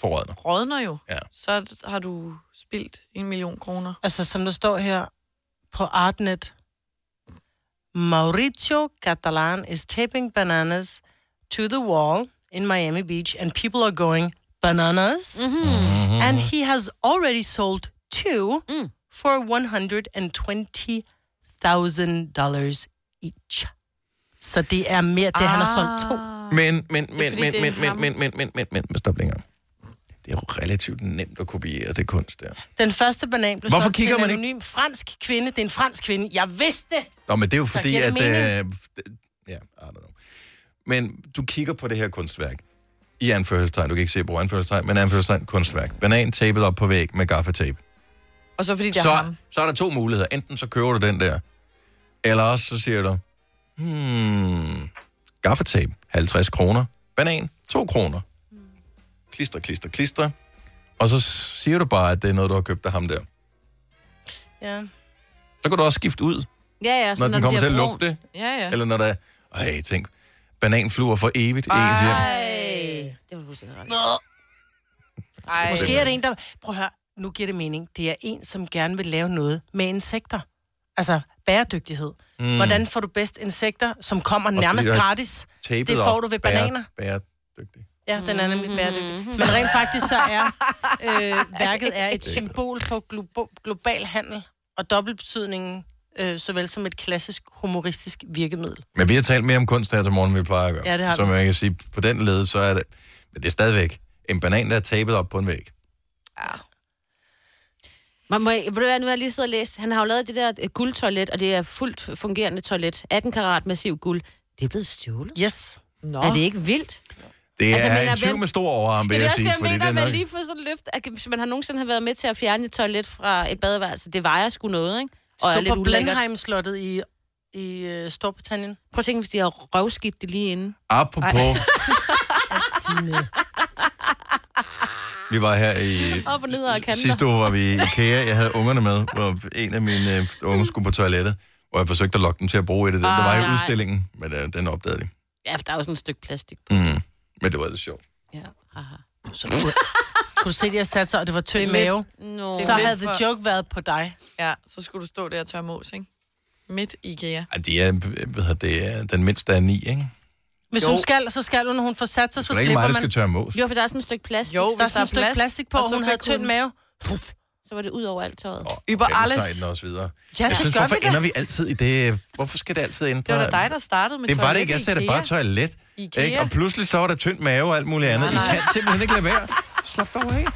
S1: forrådner.
S5: rådner jo.
S1: Ja.
S5: Så har du Uh, spildt en million kroner.
S3: Altså, som der står her på Artnet. Mauricio Catalan is taping bananas to the wall in Miami Beach, and people are going bananas.
S1: Mm-hmm.
S3: And he has already sold two
S5: Mm.
S3: for one hundred and twenty thousand dollars each. Så det er mere det, han har solgt to.
S5: Ah.
S1: Men, men, men,
S5: fordi
S1: men,
S5: det er
S1: men, men,
S5: ham.
S1: men, men, men, men, men, men, stop længere. Det er jo relativt nemt at kopiere det kunst der.
S3: Den første banan blev
S1: Hvorfor
S3: solgt
S1: kigger
S3: til en
S1: man ikke-
S3: anonym fransk kvinde. Det er en fransk kvinde. Jeg vidste det.
S1: Nå, men det er jo fordi,
S3: giver det
S1: at...
S3: mening.
S1: Øh, d- ja, I don't know. Men du kigger på det her kunstværk. I anførselstegn. Du kan ikke se på anførselstegn, men anførselstegn kunstværk. Banan tapet op på væg med gaffatape.
S5: Og så fordi det er
S1: så,
S5: ham.
S1: så er der to muligheder. Enten så køber du den der, eller også så siger du, hmm, gaffetape, 50 kroner, banan, 2 kroner. Klister, klister, klister. Og så siger du bare, at det er noget, du har købt af ham der.
S3: Ja.
S1: Så kan du også skifte ud,
S4: Ja, ja.
S1: når, når den kommer til at lugte.
S5: Ja, ja.
S1: Eller når der er, ej, tænk, bananfluer for evigt i ens hjem.
S4: Ej, det var du fuldstændig ret. i.
S5: Ej.
S3: Måske er det en, der... Prøv at høre, nu giver det mening. Det er en, som gerne vil lave noget med insekter. Altså bæredygtighed. Mm. Hvordan får du bedst insekter, som kommer
S1: fordi
S3: nærmest
S1: der er
S3: gratis?
S1: Tapet
S3: Det får
S1: op.
S3: du ved
S1: Bære-
S3: bananer.
S1: Bæredygtig.
S3: Ja, den er nemlig bæredygtig. Men rent faktisk så er øh, værket er et symbol på glo- global handel og dobbeltbetydningen, øh, såvel som et klassisk humoristisk virkemiddel.
S1: Men vi har talt mere om kunst her til morgen, end vi plejer at gøre.
S3: Ja, det har
S1: Så
S3: vi.
S1: man kan sige, på den led, så er det... Men det er stadigvæk en banan, der er tapet op på en væg.
S4: Man må, ved du hvad, nu har jeg lige siddet og læst. Han har jo lavet det der øh, guldtoilet, og det er fuldt fungerende toilet. 18 karat massiv guld. Det er blevet stjålet.
S3: Yes.
S5: Nå.
S4: Er det ikke vildt?
S1: Det
S4: Altså,
S1: er
S4: mener,
S1: en tyv
S4: hvem-
S1: med stor overarm, vil
S4: det
S1: jeg
S4: er også,
S1: sige.
S4: jeg
S1: Fordi det
S4: mener,
S1: er
S4: at man
S1: nok...
S4: lige får sådan løft, at hvis man har nogensinde har været med til at fjerne et toilet fra et badeværelse, det vejer sgu noget, ikke? Og er
S3: Stod
S4: lidt
S3: på
S4: ulækkert.
S3: Blenheim-slottet i, i øh, Storbritannien.
S4: Prøv at tænke, hvis de har røvskidt det lige inden.
S1: Apropos,
S3: Sine.
S1: vi var her i...
S4: Op og ned og kanter.
S1: Sidste uge var vi i IKEA, jeg havde ungerne med, hvor en af mine øh, unge skulle på toilettet, hvor jeg forsøgte at lokke dem til at bruge et af dem, der var i
S4: nej.
S1: udstillingen, men øh, den opdagede de.
S4: Ja, for der er jo sådan et stykke plastik.
S1: Mm. Men det var lidt sjovt.
S4: Ja. Aha.
S3: Så kunne du se, at jeg satte sig, og det var tynd mave.
S4: No.
S3: Så
S5: lidt
S3: havde the
S5: for-
S3: joke været på dig.
S5: Ja, så skulle du stå der og tørre mos, ikke? Midt i IKEA.
S1: Ej, det er, øh, hvad hedder det er den mindste af ni, ikke?
S3: Hvis
S5: Jo.
S3: hun skal, så skal hun, når hun får sat sig,
S1: Så
S3: så
S1: det er ikke mig,
S3: slipper
S1: der skal
S3: man.
S1: tørre mås.
S4: Jo, for der er sådan et stykke plastik.
S5: Jo,
S4: Jo.
S3: Oh, Der er
S5: hvis
S3: sådan
S5: der er
S3: et stykke
S5: plads,
S3: plastik på,
S5: og
S3: og
S5: så
S3: hun havde
S5: fik
S3: tynd
S5: hun-
S3: mave.
S4: Så var det ud over alt tøjet.
S1: Åh,
S5: Über
S1: ja, nu
S5: alles.
S1: tager I den også videre.
S3: Ja,
S1: jeg
S3: det
S1: synes,
S3: gør
S1: hvorfor
S3: vi da.
S1: ender vi altid i det? Hvorfor skal det altid ændre?
S5: Det var da dig, der startede med
S1: Det var det
S5: toilet
S1: ikke. Jeg
S5: i
S1: sagde det
S5: IKEA.
S1: bare toilet.
S5: IKEA.
S1: Ikke? Og pludselig så var der tynd mave og alt muligt andet. I
S5: nej.
S1: kan simpelthen ikke lade være. Slap dig af.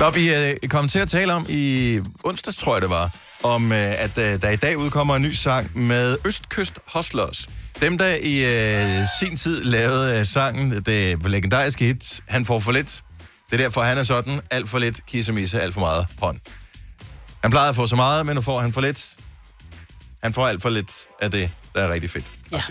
S1: Nå, vi øh, kom til at tale om i onsdags, tror jeg det var, om øh, at øh, der i dag udkommer en ny sang med Østkyst Hustlers. Dem, der i øh, sin tid lavede øh, sangen, det legendariske hit, Han får for lidt. Det er derfor, han er sådan, alt for lidt, kissemisse, alt for meget hånd. Han plejede at få så meget, men nu får han for lidt. Han får alt for lidt af det, der er rigtig fedt. Ja.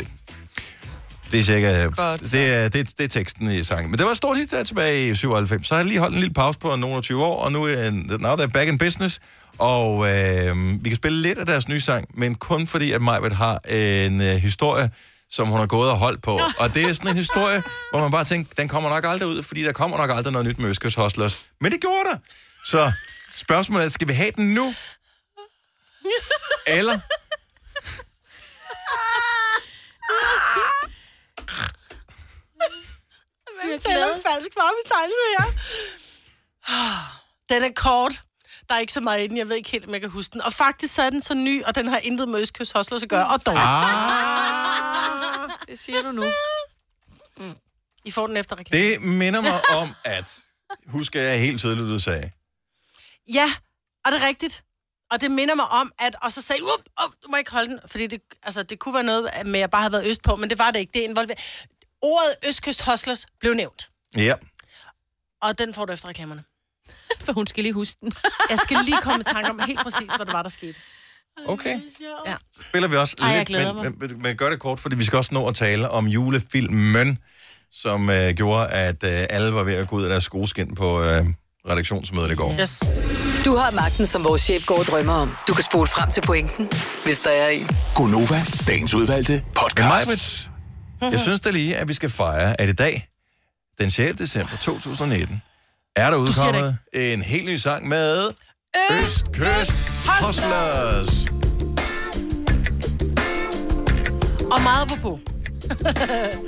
S1: Det er cirka...
S5: Godt, så.
S1: det, er, det, er- det er teksten i sangen. Men det var et stort hit der tilbage i 97. Så har jeg lige holdt en lille pause på nogle og 20 år, og nu er now they're back in business. Og øh, vi kan spille lidt af deres nye sang, men kun fordi, at Majbet har en øh, historie, som hun har gået og holdt på. Og det er sådan en historie, hvor man bare tænker, den kommer nok aldrig ud, fordi der kommer nok aldrig noget nyt med Øskers Hustlers. Men det gjorde der! Så spørgsmålet er, skal vi have den nu? Eller
S3: Jeg taler med falsk varmetegnelse her. Den er kort. Der er ikke så meget i den. Jeg ved ikke helt, om jeg kan huske den. Og faktisk så er den så ny, og den har intet med Østkyst Hustlers at gøre. Og dog,
S5: Det siger du nu.
S3: Mm. I får den efter reklamen.
S1: Det minder mig om, at... Husker jeg helt tydeligt, du sagde.
S3: Ja, og det er rigtigt. Og det minder mig om, at... Og så sagde jeg, up, up, du må ikke holde den. Fordi det, altså, det kunne være noget med, at jeg bare havde været øst på, men det var det ikke. Det involverede... Ordet Østkyst Hustlers blev nævnt.
S1: Ja.
S3: Og den får du efter reklamerne.
S4: For hun skal lige huske den.
S3: Jeg skal lige komme i tanke om helt præcis, hvad det var, der skete.
S1: Okay.
S4: Ja.
S1: Så spiller vi også
S4: Ej, jeg
S1: lidt,
S4: glæder
S1: men, men, men, men gør det kort, fordi vi skal også nå at tale om julefilmen, som øh, gjorde, at øh, alle var ved at gå ud af deres skoskin på øh, redaktionsmødet i går.
S3: Yes.
S7: Du har magten, som vores chef går og drømmer om. Du kan spole frem til pointen, hvis der er en.
S2: Gonova, dagens udvalgte
S1: Men
S2: podcast.
S1: Majbrits, jeg synes da lige, at vi skal fejre, at i dag, den 6. december 2019,
S3: siger
S1: er der
S3: det
S1: udkommet en helt ny sang med Østkyst Hustlers.
S3: Og meget apropos.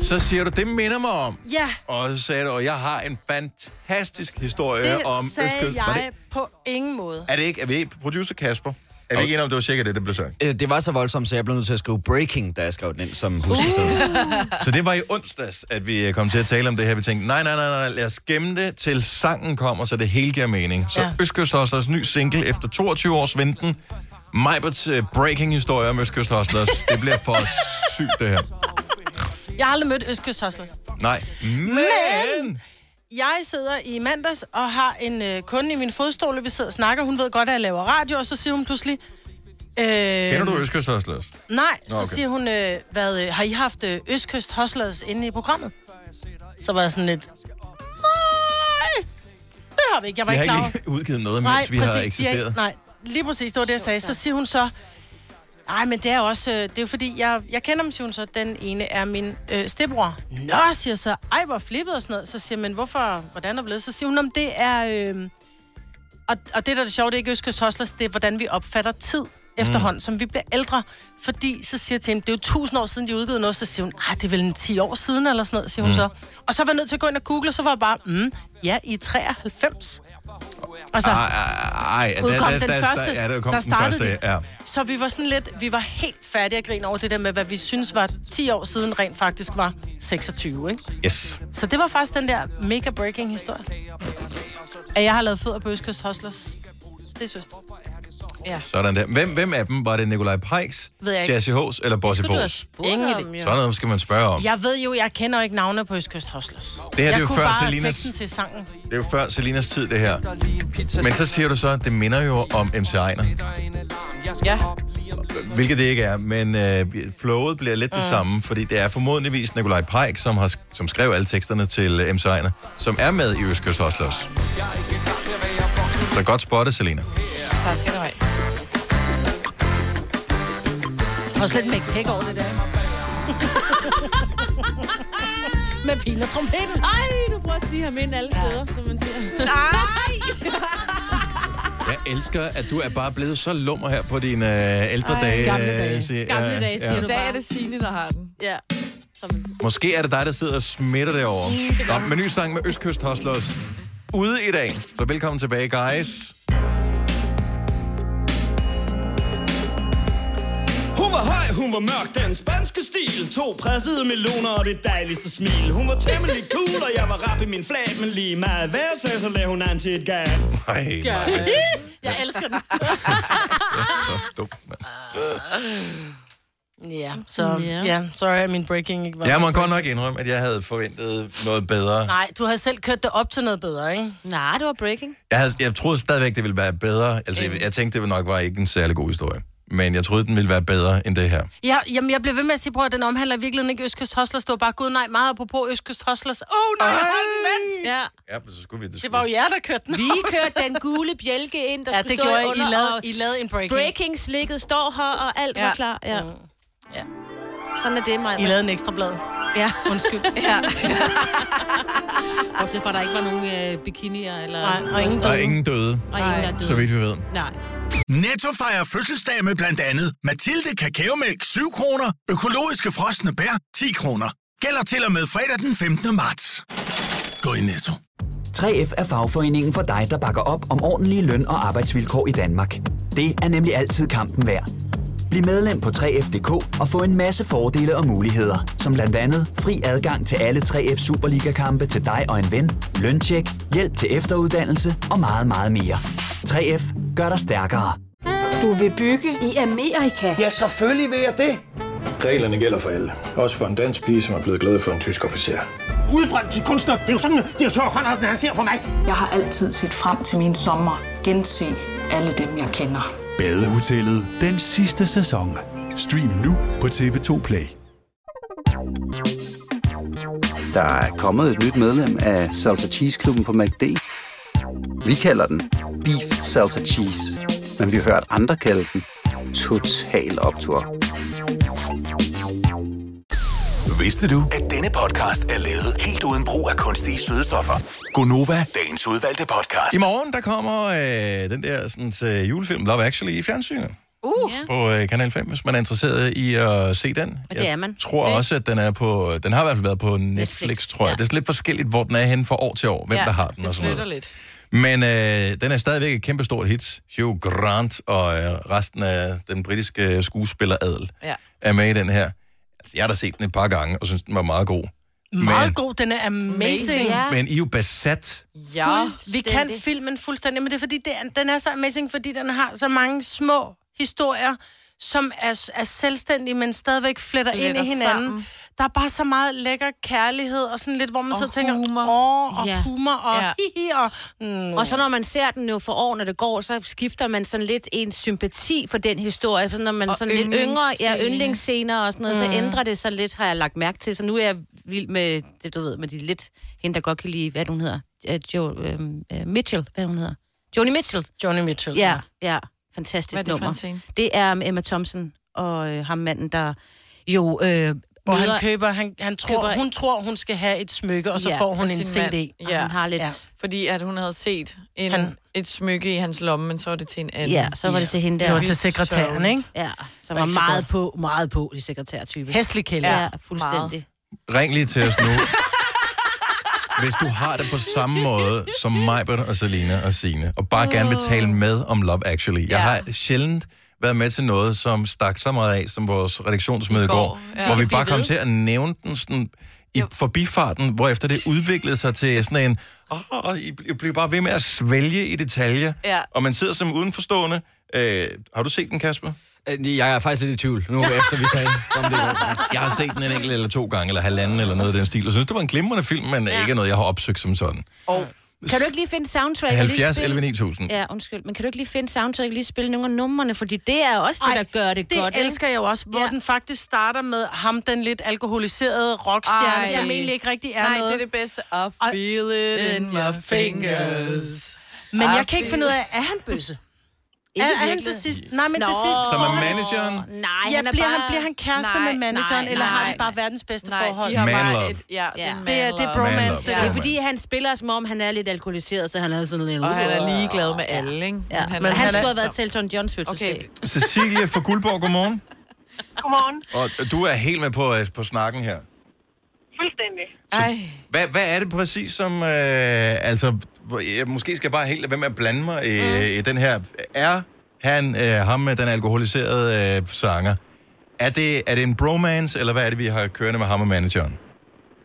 S1: Så siger du, det minder mig om.
S3: Ja,
S1: Og så sagde du, og jeg har en fantastisk historie
S3: det
S1: om
S3: sagde
S1: Østkyst. Var
S3: jeg
S1: det,
S3: på ingen måde.
S1: er det ikke, er vi producer Kasper? Er vi ikke enige om, det var cirka det, der blev sagt?
S6: Øh, Det var så voldsomt, så jeg blev nødt til at skrive breaking, da jeg skrev den ind som
S3: Uh.
S6: huskeseddel.
S1: Så det var i onsdags, at vi øh, kom til at tale om det her. Vi tænkte, nej, nej, nej, nej, lad os gemme det, til sangen kommer, så det hele giver mening. Så ja.
S3: Ja.
S1: Østkyst Hustlers ny single efter 22 års venten. Majberts øh, breaking-historie om Østkyst Hustlers. Det bliver for sygt, det her.
S3: Jeg har aldrig mødt Østkyst Hustlers.
S1: Nej. Men!
S3: jeg sidder i mandags og har en øh, kunde i min fodstol, og vi sidder og snakker. Hun ved godt, at jeg laver radio, og så siger hun pludselig... Øh,
S1: Kender du Øskers Hoslers?
S3: Nej,
S1: Nå,
S3: så
S1: okay.
S3: siger hun, øh, hvad, øh, har I haft øh, Østkyst Hustlers inde i programmet? Så var jeg sådan lidt, nej, det har vi ikke. Jeg var
S1: Vi har
S3: ikke klar over.
S1: ikke udgivet noget, mens
S3: Nej,
S1: vi har
S3: præcis, de er ikke-
S1: eksisteret.
S3: Nej, lige præcis, det var det, jeg sagde. Så siger hun så, nej, men det er også, øh, det er jo fordi, jeg, jeg kender dem, siger hun så, den ene er min øh, stebror. Nå, siger jeg så, ej, hvor flippet og sådan noget. Så siger jeg, men hvorfor, hvordan er det blevet? Så siger hun, om det er, øh, og, og det, der er det sjove, det er ikke Østkyst Hoslers, det er, hvordan vi opfatter tid efterhånden,
S1: Mm.
S3: som vi bliver ældre. Fordi så siger jeg til hende, det er jo tusind år siden, de udgav noget, så siger hun, ah, det er vel en 10 år siden, eller sådan noget, siger hun
S1: Mm.
S3: så. Og så var jeg nødt til at gå ind og google, og så var jeg bare, mm, ja, i 93. Altså,
S1: Ej, ej, ej,
S3: udkom
S1: der,
S3: den
S1: der,
S3: første,
S1: Der, ja, der, kom
S3: der
S1: den
S3: startede
S1: første,
S3: de.
S1: ja.
S3: Så vi var sådan lidt, vi var helt færdige at grine over det der med, hvad vi synes var 10 år siden rent faktisk var 26, ikke?
S1: Yes.
S3: Så det var faktisk den der mega breaking historie. At jeg har lavet fødder på Østkyst Hustlers. Det synes jeg.
S1: Sådan der. Hvem, hvem af dem? Var det Nikolaj Pikes,
S3: Ved jeg ikke.
S1: Jazzy H's eller Bossy
S4: Skulle du have
S1: Bo's?
S4: spurgt
S3: Ingen
S4: om,
S3: idé.
S4: jo.
S1: Sådan noget skal man spørge om.
S3: Jeg ved jo, jeg kender jo ikke navne på Østkyst Hustlers.
S1: Det her det
S3: jeg
S1: er jo
S3: kunne
S1: før
S3: bare
S1: Selinas-
S3: teksten til sangen.
S1: Det er jo før Selinas tid, det her. Men så siger du så, at det minder jo om MC Ejner.
S5: Ja.
S1: Hvilket det ikke er, men øh, flowet bliver lidt mm. det samme, fordi det er formodentligvis Nikolaj Pajk, som, har, sk- som skrev alle teksterne til øh, MC Ejner, som er med i Østkyst Oslos. Så godt spottet, Selina.
S5: Tak skal du have.
S3: Og slet ikke pæk over det der. Med pil og trompeten.
S4: Ej, du prøver at snige ham ind alle steder, som man siger.
S1: Jeg elsker, at du er bare blevet så lummer her på dine øh, ældre Ej, dage. øh,
S4: gamle dage.
S1: siger-
S4: Gamle dage, siger
S5: I
S4: du.
S5: dag er det Signe, der har den.
S4: Ja.
S1: Måske er det dig, der sidder og smitter derovre. Nå, med ny sang med Østkyst Hustlers. Ude i dag. Så velkommen tilbage, guys.
S10: Hun var høj, hun var mørk, den spanske stil To pressede meloner og det dejligste smil Hun var temmelig cool, og jeg var rap i min flag Men lige meget hvad jeg sagde, så lagde hun an til et gab
S1: Ej, nej,
S3: øh. Jeg elsker den.
S1: så dumt, mand.
S3: Ja, så
S4: Ja.
S3: ja. Yeah, sorry, at min breaking ikke var...
S1: Jeg må godt nok indrømme, at jeg havde forventet noget bedre.
S3: Nej, du havde selv kørt det op til noget bedre, ikke?
S4: Nej, det var breaking.
S1: Jeg, havde, jeg troede stadigvæk, det ville være bedre. Altså, jeg, jeg tænkte, det nok var ikke en særlig god historie. Men jeg troede, den ville være bedre end det her.
S3: Ja, jamen, jeg blev ved med at sige, prøv at den omhandler i virkeligheden ikke Østkyst Hustlers. Det var bare, gud nej, meget apropos Østkyst Hustlers. Åh oh, nej, hold den vent.
S4: Ja.
S1: Ja, men så skulle vi det.
S3: Det var jo jer, der kørte den.
S4: Vi kørte den gule bjælke ind, der
S3: Ja,
S4: skulle
S3: det
S4: stå
S3: gjorde I.
S4: under,
S3: I lavede,
S4: og
S3: I lavede en breaking.
S4: breaking slikket står her, og alt ja. var
S5: Ja.
S4: klar. Ja.
S3: Ja.
S4: Sådan er det, Maja.
S3: I lavede en ekstra blad.
S4: Ja.
S3: Undskyld.
S5: Ja.
S4: Bortset fra, at der ikke var nogen øh, bikinier eller...
S3: Nej, og ingen
S1: Der er
S3: døde.
S1: ingen døde,
S4: Og ingen, der døde.
S1: så vidt vi ved.
S4: Nej.
S2: Netto fejrer fødselsdag med blandt andet Mathilde Kakaomælk 7 kroner, økologiske frosne bær 10 kroner. Gælder til og med fredag den 15. marts. Gå i Netto.
S10: 3F er fagforeningen for dig, der bakker op om ordentlige løn- og arbejdsvilkår i Danmark. Det er nemlig altid kampen værd. Bliv medlem på 3F.dk og få en masse fordele og muligheder, som blandt andet fri adgang til alle 3F Superliga-kampe til dig og en ven, løntjek, hjælp til efteruddannelse og meget, meget mere. 3F gør dig stærkere.
S7: Du vil bygge i Amerika? Ja.
S10: Reglerne gælder for alle. Også for en dansk pige, som er blevet glad for en tysk officer.
S11: udbrændt til kunstner. Det er jo sådan, at de har tørt, han ser på mig.
S8: Jeg har altid set frem til min sommer. Gense alle dem, jeg kender.
S2: Badehotellet den sidste sæson. Stream nu på TV2 Play.
S10: Der er kommet et nyt medlem af Salsa Cheese Klubben på MACD. Vi kalder den Beef Salsa Cheese. Men vi har hørt andre kalde den Total Optor.
S2: Vidste du, at denne podcast er lavet helt uden brug af kunstige sødestoffer? Gonova, dagens udvalgte podcast.
S1: I morgen, der kommer øh, den der sådan, øh, julefilm Love Actually i fjernsynet.
S4: Uh. Ja.
S1: på øh, Kanal 5, hvis man er interesseret i at se den.
S4: Og det er man.
S1: Jeg tror også, at den er på... Den har i hvert fald været på Netflix,
S4: Netflix,
S1: Netflix tror jeg.
S4: ja.
S1: Ja. Det er lidt forskelligt, hvor den er henne fra år til år, hvem ja, der har den og
S5: det
S1: sådan
S5: flytter
S1: noget.
S5: lidt.
S1: Men øh, den er stadigvæk et kæmpestort hit. Hugh Grant og øh, resten af den britiske skuespiller Adel
S5: Ja.
S1: er med i den her. Altså, jeg har da set den et par gange, og synes, den var meget god.
S3: Meget
S1: men,
S3: god, den er amazing.
S4: Ja.
S1: Men I er jo besat.
S5: Ja.
S3: Vi kan filmen fuldstændig, men det er fordi, det er, den er så amazing, fordi den har så mange små historier, som er, er selvstændige, men stadigvækker fletter ind i
S5: Fletter
S3: hinanden. Sammen.
S5: sammen.
S3: Der er bare så meget lækker kærlighed, og sådan lidt, hvor man og så tænker, humor. åh, og ja. humor, og ja. hihi, og... Mm.
S4: Og så når man ser den jo for år, når det går, så skifter man sådan lidt en sympati for den historie. For når man
S5: Og
S4: og sådan lidt yngre, ja,
S5: yndlingsscener.
S4: yndlingsscener og sådan noget, mm.
S5: Mm.
S4: så ændrer det sig lidt, har jeg lagt mærke til. Så nu er jeg vild med, det, du ved, med de lidt, hende der godt kan lide, hvad er det, hun hedder, øh, jo, øh, øh, Mitchell, hvad er det, hun hedder? Joni Mitchell.
S3: Joni Mitchell,
S4: Ja, ja. Fantastisk
S5: Hvad er det for en
S4: nummer.
S5: scene?
S4: det er um, Emma Thompson og øh, ham manden, der jo... Øh,
S3: Hvor han
S4: møder-
S3: køber, han, han tror,
S4: køber-
S3: hun tror, hun skal have et smykke, og så ja, får hun
S5: Og
S3: en
S5: sin
S3: CD.
S5: mand. Ja.
S4: han har lidt-
S5: Fordi at hun havde set en,
S3: Han-
S5: han... et smykke i hans lomme, men så var det til en anden.
S4: Ja, så var det til hende der.
S3: Det var til sekretæren, ikke?
S4: Ja, så
S3: var
S4: var
S3: ikke så
S4: meget
S3: godt.
S4: på, meget på, de sekretærtype.
S3: Hæslig kælder.
S4: Ja, fuldstændig.
S1: Ring lige til os nu. Hvis du har det på samme måde som Majbert og Selina og Sine, og bare gerne vil tale med om Love Actually. Jeg har sjældent været med til noget, som stak så meget af, som vores redaktionsmøde i går,
S12: ja.
S1: hvor vi
S12: Kan blive
S1: bare kom
S12: ved.
S1: til at nævne den sådan i forbifarten, hvor efter det udviklede sig til sådan en, åh, oh, I bl- I bliver bare ved med at svælge i detaljer,
S5: Ja.
S1: og man sidder som udenforstående. Øh, har du set den, Kasper?
S6: Øh, Jeg er faktisk lidt i tvivl, nu efter vi taler om det. i går.
S1: Jeg har set den en enkelt eller to gange, eller halvanden, eller noget af den stil, og synes, det var en glimrende film, men ja. ikke noget, jeg har opsøgt som sådan.
S5: Og
S4: Kan du ikke lige finde soundtrack?
S1: 70,
S4: og lige
S1: 11,
S4: spille-
S1: 9000.
S4: Ja, undskyld. Men kan du ikke lige finde soundtrack og lige spille nogle af numrene? Fordi det er også det,
S3: Ej,
S4: der gør det,
S3: det
S4: godt.
S3: elsker
S4: ikke?
S3: jeg jo også, hvor ja. den faktisk starter med ham, den lidt alkoholiserede rockstjerne, Ej.
S5: Ej.
S3: som egentlig ikke rigtig er
S5: Nej,
S3: noget.
S5: det er det bedste. I feel it in my fingers.
S3: Men
S5: I
S3: jeg kan ikke
S5: feel-
S3: finde ud af, er han bøsse? Er,
S4: Ikke
S3: er han
S4: virkelig.
S3: til sidst? Nej, men til
S4: Nå.
S3: sidst...
S1: Som er
S3: får han-
S1: manageren?
S4: Nej,
S3: Ja,
S4: han er
S3: bliver,
S4: bare...
S3: han, bliver han kærester
S4: nej,
S3: med manageren,
S4: nej,
S3: eller har
S4: nej.
S3: de bare verdens bedste
S5: Nej,
S3: forhold?
S5: de har
S1: Man
S5: bare
S1: love.
S5: et... Ja, det
S4: Ja.
S5: er,
S4: Det
S5: man
S3: det er, det er
S5: love.
S1: Man
S3: bromance,
S1: love.
S3: det
S1: Ja.
S3: der.
S4: Det er fordi, han spiller, som om han er lidt alkoholiseret, så han er sådan lidt...
S5: Og han er ligeglad med alle, ikke?
S4: Ja, men han, han skulle have været til Elton Johns fødselsdag.
S5: Okay.
S1: Cecilie fra Guldborg, godmorgen.
S13: Godmorgen.
S1: Og du er helt med på, øh, på snakken her.
S13: Fuldstændig.
S5: Ej.
S1: Hvad, hvad er det præcis, som... Øh, altså, hvor- jeg måske skal bare helt lade være med at blande mig i, mm. i den her... Er han, øh, ham med den alkoholiserede øh, sanger, er det, er det en bromance, eller hvad er det, vi har kørende med ham og manageren?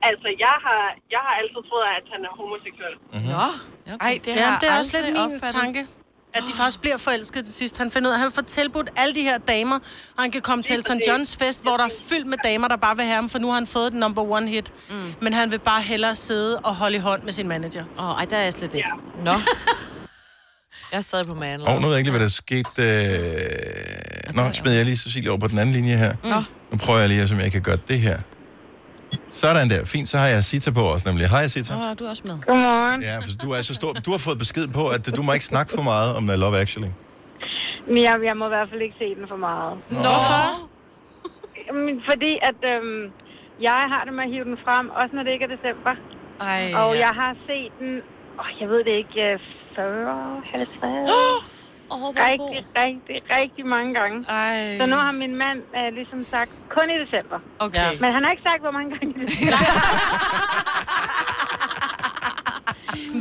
S13: Altså, jeg har, jeg har altid troet, at han er homoseksuel.
S1: Mm-hmm.
S5: Nå. Ej, det har
S3: Ja,
S5: jeg
S3: det er også lidt
S5: aldrig
S3: min
S5: opfattet.
S3: tanke. At de faktisk bliver forelsket til sidst. Han finder ud af, at han får tilbudt alle de her damer, og han kan komme til Elton Johns fest, hvor der er fyldt med damer, der bare vil have ham, for nu har han fået den number one hit. Mm. Men han vil bare hellere sidde og holde i hånd med sin manager.
S4: Åh, oh, ej, der er jeg slet ikke.
S5: Nå. Jeg er stadig på man.
S1: Og nu ved jeg ikke, lige, hvad der skete... Øh... Nå, smed jeg lige Cecilie over på den anden linje
S3: Mm.
S1: her.
S5: Nå.
S1: Nu prøver jeg lige, om jeg kan gøre det her. Sådan der. Fint, så har jeg Sita på også nemlig. Hej Sita.
S4: Nå, du er også med.
S13: Godmorgen.
S1: Ja, for du er så stor. Du har fået besked på, at du må ikke snakke for meget om øh, Love Actually.
S13: Men jeg, jeg må i hvert fald ikke se den for meget.
S5: Nå, for?
S13: Jamen, Fordi at øhm, jeg har det med at hive den frem, også når det ikke er december.
S5: Ej,
S13: Og
S5: ja.
S13: jeg har set den, åh, jeg ved det ikke, øh, 40, 50...
S4: Åh, hvor
S13: rigtig, rigtig, rigtig mange gange.
S5: Ej.
S13: Så nu har min mand øh, ligesom sagt, kun i december.
S5: Okay.
S13: Men han har ikke sagt, hvor mange gange i december.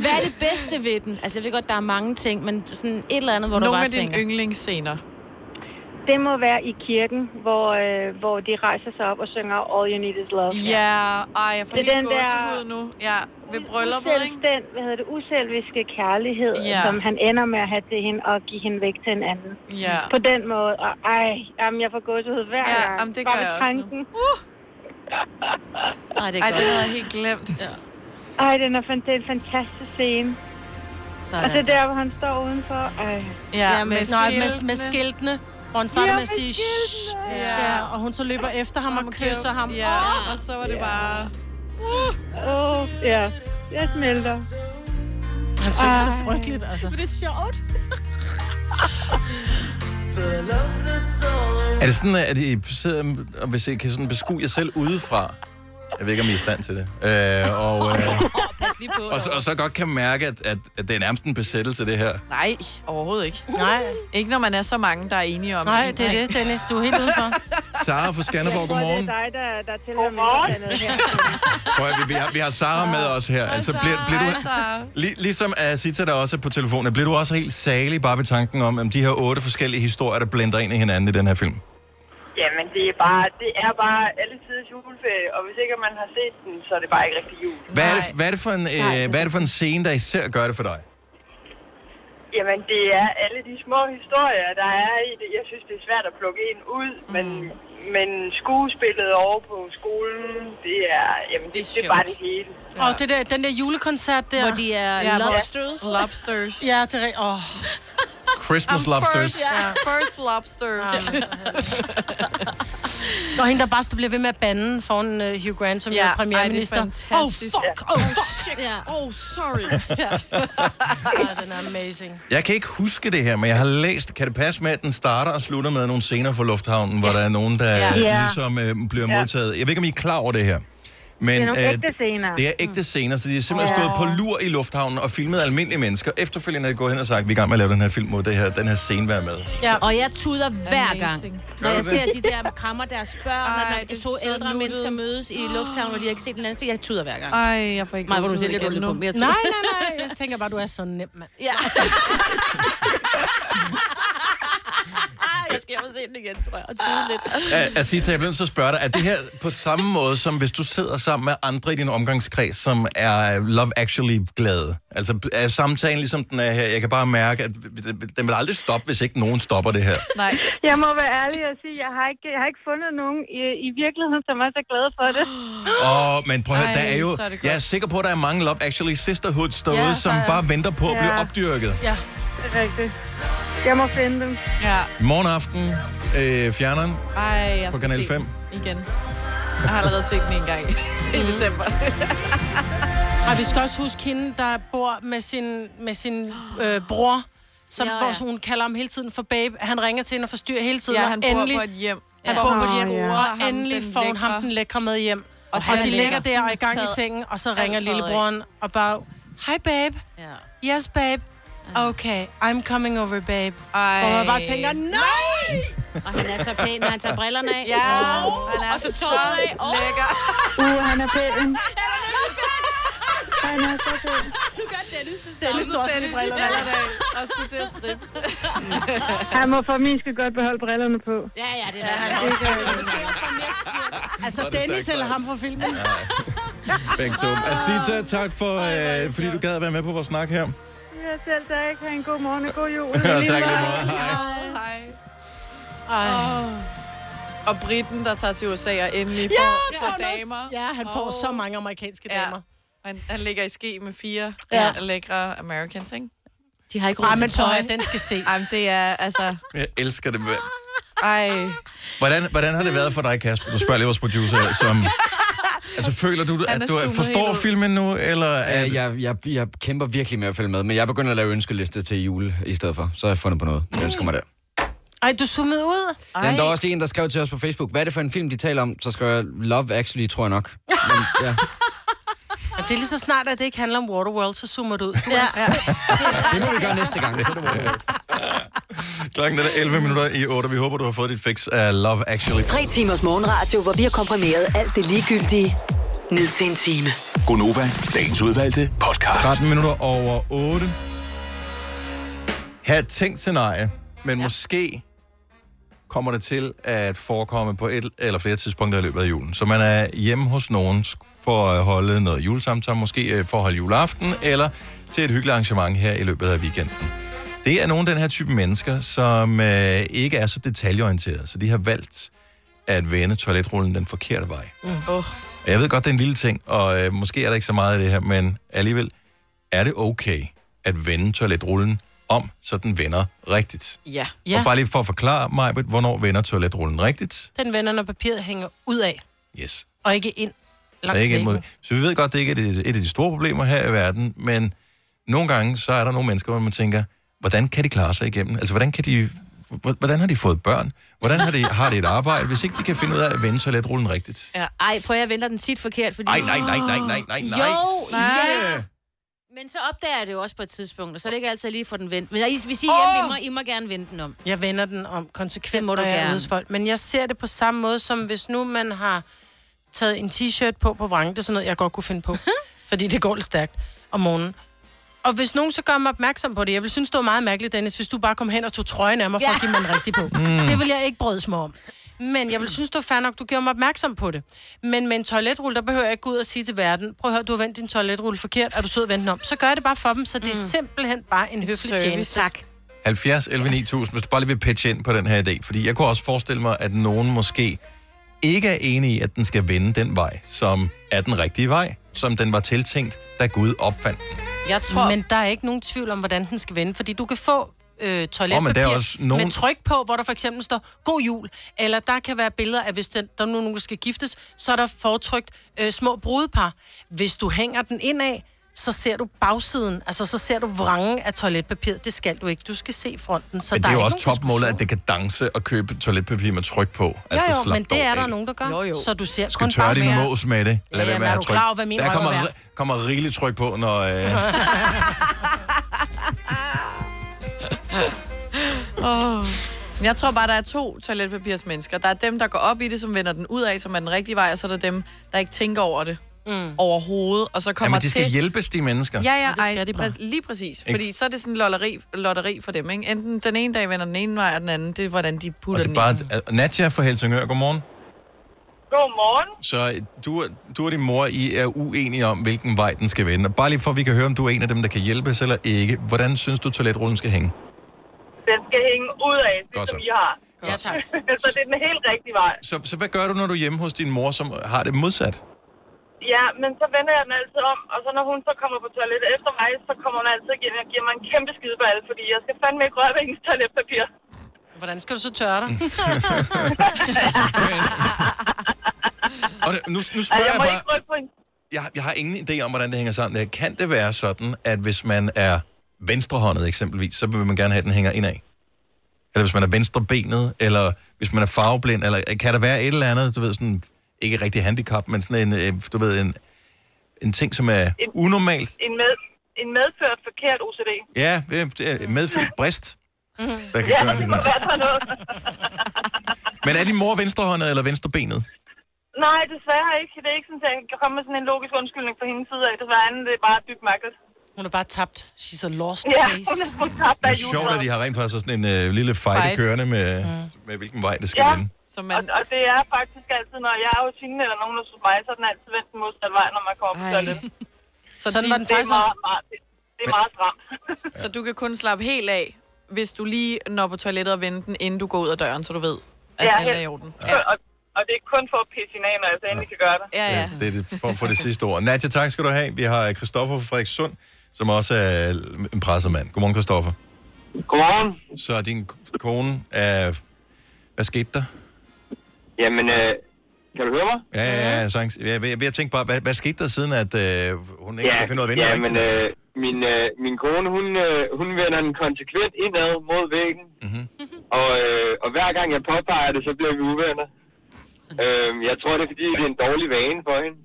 S4: Hvad er det bedste ved den? Altså, jeg ved godt, der er mange ting, men sådan et eller andet, hvor du
S5: Nogle
S4: bare
S5: af dine
S4: tænker...
S5: yndlingsscener.
S13: Det må være i kirken, hvor, øh, hvor de rejser sig op og synger All You Need Is Love.
S5: Ja, ej, jeg får
S13: Det er
S5: helt
S13: den der-
S5: gåsehud nu. Ja, ved brylluppet, ikke?
S13: Den, hvad hedder det, uselviske kærlighed,
S5: Ja.
S13: som han ender med at have til hende og give hende væk til en anden.
S5: Ja.
S13: På den måde. Og ej, jamen, jeg får gåsehud hver
S5: Ja,
S13: gang.
S5: jamen, det
S13: Bare
S5: gør
S13: ved
S5: jeg også nu. Uh!
S13: tanken.
S4: Ej, det
S5: Ej,
S4: er
S5: det havde
S4: godt.
S5: jeg helt glemt. Ja.
S13: Ej, den er, fan- det er en fantastisk scene. Og det
S4: Sådan.
S13: der, hvor han står udenfor. Ej.
S5: Ja,
S3: Ja, med,
S5: med
S3: nej, med, med
S5: skiltene.
S3: skiltene. Hvor han starter
S13: Ja,
S3: med at
S13: med
S3: sige, Shh,
S5: Ja.
S3: ja, og hun så løber efter ham og kysser ham.
S5: Ja,
S3: Åh,
S5: og så var det bare...
S13: Åh, oh, ja. Jeg smelter.
S3: Han synger så
S13: Ej.
S3: frygteligt, altså.
S4: Men det er sjovt.
S1: Er det sådan, at I sidder og hvis I kan sådan beskue jer selv udefra? Jeg ved ikke, om I er i stand til det. Øh, og, øh,
S4: Pas lige på.
S1: og, så, og så godt kan mærke, at, at, at det er nærmest en besættelse, det her.
S5: Nej, overhovedet ikke.
S3: Nej,
S5: Ikke når man er så mange, der er enige om
S3: nej,
S5: en
S3: det er
S5: ting.
S3: det, Dennis. Du er helt udenfor.
S1: Sara fra Skanderborg, godmorgen.
S13: Det er dig, der, der tæller med her.
S1: Prøv at, høre, vi, vi, har, vi har Sara med os her. Altså, bliver, bliver du,
S5: Altså,
S1: Lig, ligesom Asita, der også er på telefonen, bliver du også helt salig bare ved tanken om, om de her otte forskellige historier, der blender ind i hinanden i den her film?
S13: Jamen, det er bare, det er bare alle tiders juleferie, og hvis ikke man har set den, så er det bare ikke rigtig jul.
S1: Hvad er, det, hvad, er det for en, øh, hvad er det for en scene, der især gør det for dig?
S12: Jamen, det er alle de små historier, der er i det. Jeg synes, det er svært at plukke en ud, mm. men, men skuespillet over på skolen, det er, jamen, det, det, er, det er bare det hele.
S3: Ja. Og det der, den der julekoncert der.
S4: Hvor de er
S3: hvor-
S4: lobsters.
S5: Lobsters.
S3: Ja, det er... Åh.
S1: Christmas lobsters.
S5: Ja. First lobster.
S3: Og hende, der bare står- bliver ved med at bande foran uh, Hugh Grant, som ja,
S5: Ja, ej,
S3: er
S5: det er
S3: premierminister.
S5: fantastisk.
S3: Oh, fuck! Oh,
S5: shit. Oh, sorry. Ja.
S3: oh, den er amazing.
S1: Jeg kan ikke huske det her, men jeg har læst, kan det passe med, at den starter og slutter med nogle scener fra Lufthavnen, hvor der er nogen, der
S13: Ja.
S1: ja.
S13: Ja.
S1: ligesom øh, bliver
S13: Ja.
S1: modtaget. Jeg ved ikke, om I er klar over det her. Men,
S13: Det er nogle
S1: øh,
S13: ægte scener.
S1: Det er ægte scener, så de har simpelthen
S13: Ja.
S1: stået på lur i lufthavnen og filmet almindelige mennesker. Efterfølgende er de gået hen og sagt, vi er i gang med at lave den her film mod det her, den her scene være med.
S4: Ja. Og jeg tuder hver gang, når jeg
S1: du det?
S4: ser de der krammer deres børn,
S5: Ej,
S4: Ej, når
S5: det
S4: to
S5: er så
S4: ældre
S5: nuttet.
S4: mennesker mødes i lufthavnen, hvor de har ikke set den anden. Jeg tuder hver gang.
S5: Ej, jeg får ikke
S4: Maja, hvor du
S5: gåsehud
S4: ser lidt
S5: igen
S4: underligt
S5: nu.
S4: på mig. Jeg
S3: Nej, nej, nej. Jeg tænker bare, du er så nem, mand.
S4: Ja. jeg skal hjem og se den igen, tror jeg, og tude lidt.
S1: At- at sige til, jeg bliver nødt til at spørge dig, er det her på samme måde, som hvis du sidder sammen med andre i din omgangskreds, som er Love Actually-glade? Altså, er samtalen ligesom den er her? Jeg kan bare mærke, at den vil aldrig stoppe, hvis ikke nogen stopper det her.
S5: Nej.
S13: Jeg må være ærlig og sige, jeg har ikke, jeg har ikke fundet nogen i, i virkeligheden, som er så glade for det.
S1: Og, men prøv at høre,
S13: Ej,
S1: der er jo...
S13: så er det godt.
S1: jeg er sikker på, at der er mange Love Actually Sisterhoods derude,
S13: Ja,
S1: ja,
S13: der
S1: som
S13: er-
S1: bare venter på at
S13: Ja.
S1: blive opdyrket.
S3: Ja,
S13: det er rigtigt. Jeg må finde dem.
S5: Ja.
S1: I morgen aften, øh, fjerneren.
S5: Ej, jeg
S1: På
S5: skal
S1: Kanal
S5: se
S1: 5.
S5: den igen. Jeg har allerede set den en gang i december.
S3: Og vi skal også huske hende, der bor med sin, med sin øh, bror, som,
S5: Ja,
S3: ja,
S5: ja.
S3: ja. Hvor hun kalder ham hele tiden for babe. Han ringer til hende og forstyrrer hele tiden.
S5: Ja,
S3: og
S5: han bor
S3: endelig,
S5: på et hjem,
S3: Han
S5: hvor
S3: bor
S5: hun
S3: på et hjem,
S5: scorer ham
S3: og endelig
S5: den
S3: får hun
S5: lækre.
S3: ham den lækre med hjem.
S5: Og
S3: Og,
S5: han
S3: og de
S5: er
S3: ligger
S5: lækker.
S3: der og er i gang i
S5: Taget
S3: sengen, og så
S5: alt
S3: ringer
S5: tøjet af.
S3: lillebroren og bare, hej babe. Ja. Yes babe. Okay, I'm coming over, babe. Ej. Hvor man bare tænker, nej!
S4: Og han er så pæn, når han tager brillerne af.
S5: Ja,
S4: Åh,
S5: han er
S4: og så
S5: så
S4: tøjet af. Åh.
S5: lækker.
S13: Uh, han er pæn. Han er så pæn.
S4: Nu gør Dennis det samme.
S3: Dennis tog også lige brillerne af.
S5: af. Og skulle til at strippe.
S13: Han må for min skal godt beholde brillerne på.
S4: Ja, ja, det er ja, han
S13: også.
S3: Altså,
S1: Hvor er det
S3: Dennis
S1: stærkt
S3: eller ham fra filmen?
S1: Begge to. Asita, tak for, øh, fordi du gad at være med på vores snak her.
S13: Ja, selv tak. Ha' en god morgen og god jul.
S1: tak, lige
S5: Hej. Hej. Åh. Og Britten, der tager til USA og endelig
S3: Ja,
S5: får,
S3: får
S5: får
S3: noget-
S5: damer.
S3: Ja, han får så mange amerikanske damer.
S5: Han, han ligger i ske med fire ja.
S3: Ja.
S5: lækre Americans, ikke?
S4: De har ikke
S3: råd Ej, til men tøj. prøv at høre, den skal ses.
S5: Jamen, det er altså...
S1: Jeg elsker det.
S5: Ej.
S1: Hvordan, hvordan har det været for dig, Kasper? Du spørger lige vores producer, som... Altså, føler du,
S6: Han
S1: at
S6: er
S1: du
S6: zoomet
S1: forstår
S6: helt ud.
S1: filmen nu, eller... Er,
S6: Jeg, jeg, jeg, jeg kæmper virkelig med at følge med, men jeg begynder at lave ønskeliste til jul i stedet for. Så har jeg fundet på noget. Jeg ønsker mig der.
S3: Ej, du zoomede ud. Ej.
S6: Jamen, der var også lige en, der skrev til os på Facebook, hvad er det for en film, de taler om? Så skrev jeg Love Actually, tror jeg nok. Men, ja.
S3: Jamen, det er lige så snart, at det ikke handler om Waterworld, så zoomer du ud. Du ja.
S6: Det må vi gøre næste gang. Så er det var
S1: Klokken er 11 minutter i 8, vi håber, du har fået dit fix af Love Actually.
S7: Tre timers morgenradio, hvor vi har komprimeret alt det ligegyldige ned til en time.
S1: Gonova, dagens udvalgte podcast. 13 minutter over 8. Her er et tænkt scenarie, men ja. måske kommer det til at forekomme på et eller flere tidspunkter i løbet af julen. Så man er hjemme hos nogen sk- for at holde noget julesamtale, måske øh, for at holde juleaften, eller til et hyggeligt arrangement her i løbet af weekenden. Det er nogle af den her type mennesker, som øh, ikke er så detaljeorienterede, så de har valgt at vende toiletrullen den forkerte vej.
S5: Åh. Oh.
S1: Og Jeg ved godt, det er en lille ting, og øh, måske er der ikke så meget af det her, men alligevel er det okay at vende toiletrullen om, så den vender rigtigt.
S5: Ja.
S3: Ja.
S1: Og bare lige for at forklare mig, hvornår vender toiletrullen rigtigt?
S3: Den vender, når papiret hænger ud af,
S1: Yes.
S3: og ikke ind
S1: Der er
S3: langs
S1: ikke en
S3: væggen.
S1: måde. Så vi ved godt, det ikke er det- et af de store problemer her i verden, men nogle gange, så er der nogle mennesker, hvor man tænker, hvordan kan de klare sig igennem? Altså, hvordan kan de hvordan har de fået børn? Hvordan har de, har de et arbejde, hvis ikke de kan finde ud af at vende toiletrullen rigtigt?
S5: Ja.
S4: Ej, prøv at jeg venter den tit forkert, fordi...
S1: Nej, nej, nej, nej, nej, nej, nej.
S4: Jo,
S1: Signe!
S4: ja. Men så opdager jeg det jo også på et tidspunkt, og så er det ikke altid jeg lige for den vendt. Men jeg, vi siger hjemme,
S3: Åh!
S4: oh! I, må, I må gerne vende den om.
S3: Jeg vender den om konsekvent,
S4: Det må
S3: når
S4: du
S3: jeg
S4: gerne.
S3: er ude hos folk. Men jeg ser det på samme måde, som hvis nu man har taget en t-shirt på på vrang. Det er sådan noget, jeg godt kunne finde på. fordi det går lidt stærkt om morgenen. Og hvis nogen så gør mig opmærksom på det, jeg vil synes, det var meget mærkeligt, Dennis, hvis du bare kom hen og tog trøjen af mig for
S4: Ja.
S3: at give mig en rigtig på.
S4: Mm.
S3: Det vil jeg ikke brødes mig om. Men jeg vil synes, du er fair nok, du gjorde mig opmærksom på det. Men med en toiletrulle, der behøver jeg ikke gå ud og sige til verden, prøv at høre, du har vendt din toiletrulle forkert, er du sød at vende den om. Så gør jeg det bare for dem, så
S4: Mm.
S3: det er simpelthen bare en høflig
S4: Service.
S3: tjeneste. Tak.
S1: 70 11 9000, hvis du bare lige vil pitche ind på den her idé. Fordi jeg kunne også forestille mig, at nogen måske ikke er enige i, at den skal vende den vej, som er den rigtige vej, som den var tiltænkt, da Gud opfandt den.
S3: Jeg tror... Men der er ikke nogen tvivl om, hvordan den skal vende, fordi du kan få øh,
S1: Åh, men der
S3: toiletpapir
S1: er
S3: oh,
S1: også
S3: nogen...
S1: nogen-
S3: med tryk på, hvor der for eksempel står, god jul, eller der kan være billeder af, hvis den, der er nogen, der skal giftes, så er der fortrykt øh, små brudepar. Hvis du hænger den indad, så ser du bagsiden, altså så ser du vrangen af toiletpapiret. Det skal du ikke. Du skal se fronten. Så
S1: men
S3: der
S1: det er jo
S3: ikke
S1: også
S3: nogen
S1: topmålet, at det kan danse og købe toiletpapir med tryk på.
S3: diskussion.
S1: altså,
S3: Jo, jo,
S1: slap
S3: men det
S1: dog
S3: er der
S1: af.
S3: nogen, der gør. Jo, jo. Så du ser
S1: Skal
S3: kun
S1: tørre din
S3: bagsiden.
S1: mås med det. Lad
S3: Ja, men
S1: være med at
S3: er
S1: have
S3: du
S1: tryk.
S3: klar over, hvad min
S1: Der
S3: røv er
S1: kommer,
S3: værd?
S1: ri- kommer rigeligt tryk på, når... Øh...
S5: Oh. Jeg tror bare, der er to toiletpapirsmennesker. Der er dem, der går op i det, som vender den ud af, som er den rigtige vej, og så er der dem, der ikke tænker over det mm. overhovedet, og så kommer
S1: Jamen, de skal
S5: til...
S1: hjælpes, de mennesker.
S5: Ja, ja, ej, det præ- lige præcis.
S1: Ikke?
S5: Fordi så er det sådan lotteri, lotteri for dem, ikke? Enten den ene dag vender den ene vej, og den anden, det er, hvordan de
S1: Og
S5: putter
S1: det
S5: den
S1: er
S5: i.
S1: bare... Nadja fra Helsingør, godmorgen.
S12: Godmorgen.
S1: Så du, du og din mor, I er uenige om, hvilken vej den skal vende. Og bare lige for, at vi kan høre, om du er en af dem, der kan hjælpes eller ikke. Hvordan synes du, toiletrullen skal hænge?
S12: Den skal hænge ud af,
S1: Godt
S12: ligesom
S1: så.
S12: I har.
S3: Ja, tak.
S12: så det er den helt rigtige vej.
S1: Så, så hvad gør du, når du er hjemme hos din mor, som har det modsat?
S12: Ja, men så vender jeg den altid om, og så når hun så kommer på toilettet efter mig, så kommer hun altid igen og giver mig en kæmpe skideballe, fordi jeg skal fandme ikke røre ved hendes toiletpapir.
S3: Hvordan skal du så tørre dig?
S1: Og det, nu, nu
S12: Ej, Altså,
S1: spørger
S12: jeg
S1: jeg
S12: må
S1: bare...
S12: ikke rykke på en
S1: Jeg, jeg har ingen idé om, hvordan det hænger sammen. Kan det være sådan, at hvis man er venstrehåndet eksempelvis, så vil man gerne have, at den hænger indad? Eller hvis man er venstrebenet, eller hvis man er farveblind, eller kan der være et eller andet, du ved, sådan, ikke rigtig handicap, men sådan en, øh, du ved, en, en ting, som er
S12: En-
S1: unormalt?
S12: en, med, en medført forkert OCD.
S1: Ja, det er medfødt brist.
S3: Mm-hmm.
S1: Der kan
S12: ja,
S1: gøre
S12: det
S1: det.
S12: må være sådan noget.
S1: Men er din mor venstrehåndet eller venstrebenet?
S12: Nej, desværre ikke. Det er ikke sådan, at jeg kan komme med sådan en logisk undskyldning fra hendes side af. Desværre andet, det er bare dybt mærkeligt.
S3: Hun er bare tabt. She's a lost
S12: Ja,
S3: case.
S12: hun er hun tabt
S1: Det
S12: af
S1: er sjovt, at de har rent faktisk sådan en øh, lille
S12: Fight.
S1: fight kørende med, med, hvilken vej det skal
S12: Ja,
S1: vende.
S5: så
S12: man... og, og, det er faktisk altid, når jeg er hos hende eller nogen hos mig, så er den altid vendt den modsatte vej, når man kommer på toilettet.
S5: Så Sådan de- var den
S12: det er
S5: faktisk
S12: meget,
S5: også.
S12: Meget, det, det er meget stramt.
S5: Så du kan kun slappe helt af, hvis du lige når på toilettet og vender den, inden du går ud af døren, så du ved, at ja, alt er i orden.
S12: Ja. Og, og det er kun for at pisse hinanden, når jeg så endelig kan gøre det.
S5: Ja, ja.
S1: Det er det, for, for det sidste ord. Nadja, tak skal du have. Vi har øh, Christoffer fra Frederikssund, som også er øh, en pressemand. Godmorgen, Christoffer.
S14: Godmorgen.
S1: Så din k- kone er... Hvad skete der?
S14: Jamen, øh, kan du høre mig?
S1: Ja, ja, ja. Sangs. Jeg, jeg, jeg tænkte bare, hvad, hvad skete der siden, at øh, hun ikke kunne finde ud af at vinde
S14: ja,
S1: rigtigt? altså.
S14: men øh, min, øh, min kone, hun, øh, hun vender den konsekvent indad mod væggen.
S1: Mhm.
S14: Mm-hmm. Og, øh, og hver gang jeg påpeger det, så bliver vi uvenner. Øh, jeg tror, det er fordi, det er en dårlig vane for hende.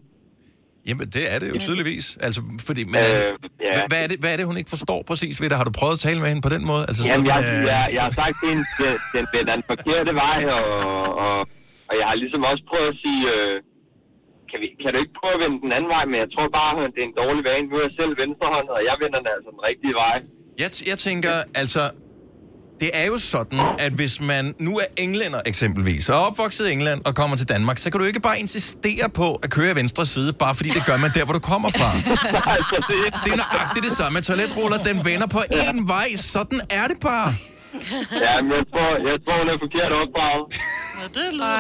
S1: Jamen, det er det jo tydeligvis. Altså, fordi, men er det,
S14: Øh, ja.
S1: hva- hvad, er det, hvad er det, hun ikke forstår præcis ved det? Har du prøvet at tale med hende på den måde? Altså,
S14: Jamen, jeg,
S1: sådan,
S14: jeg, jeg har sagt til hende, den, den vender den forkerte vej, og, og, og jeg har ligesom også prøvet at sige, øh, kan, vi, kan du ikke prøve at vende den anden vej, men jeg tror bare, at det er en dårlig vane. Nu er jeg selv venstrehåndet, og jeg vender den altså den rigtige vej.
S1: Jeg, t- jeg tænker, altså... Det er jo sådan, at hvis man nu er englænder eksempelvis, og er opvokset i England og kommer til Danmark, så kan du ikke bare insistere på at køre i venstre side, bare fordi det gør man der, hvor du kommer fra. Det er nøjagtigt det samme. Toiletruller, den vender på én vej. Sådan er det bare.
S14: Ja, men jeg tror, jeg tror hun er forkert opdraget.
S3: Ja, det lyder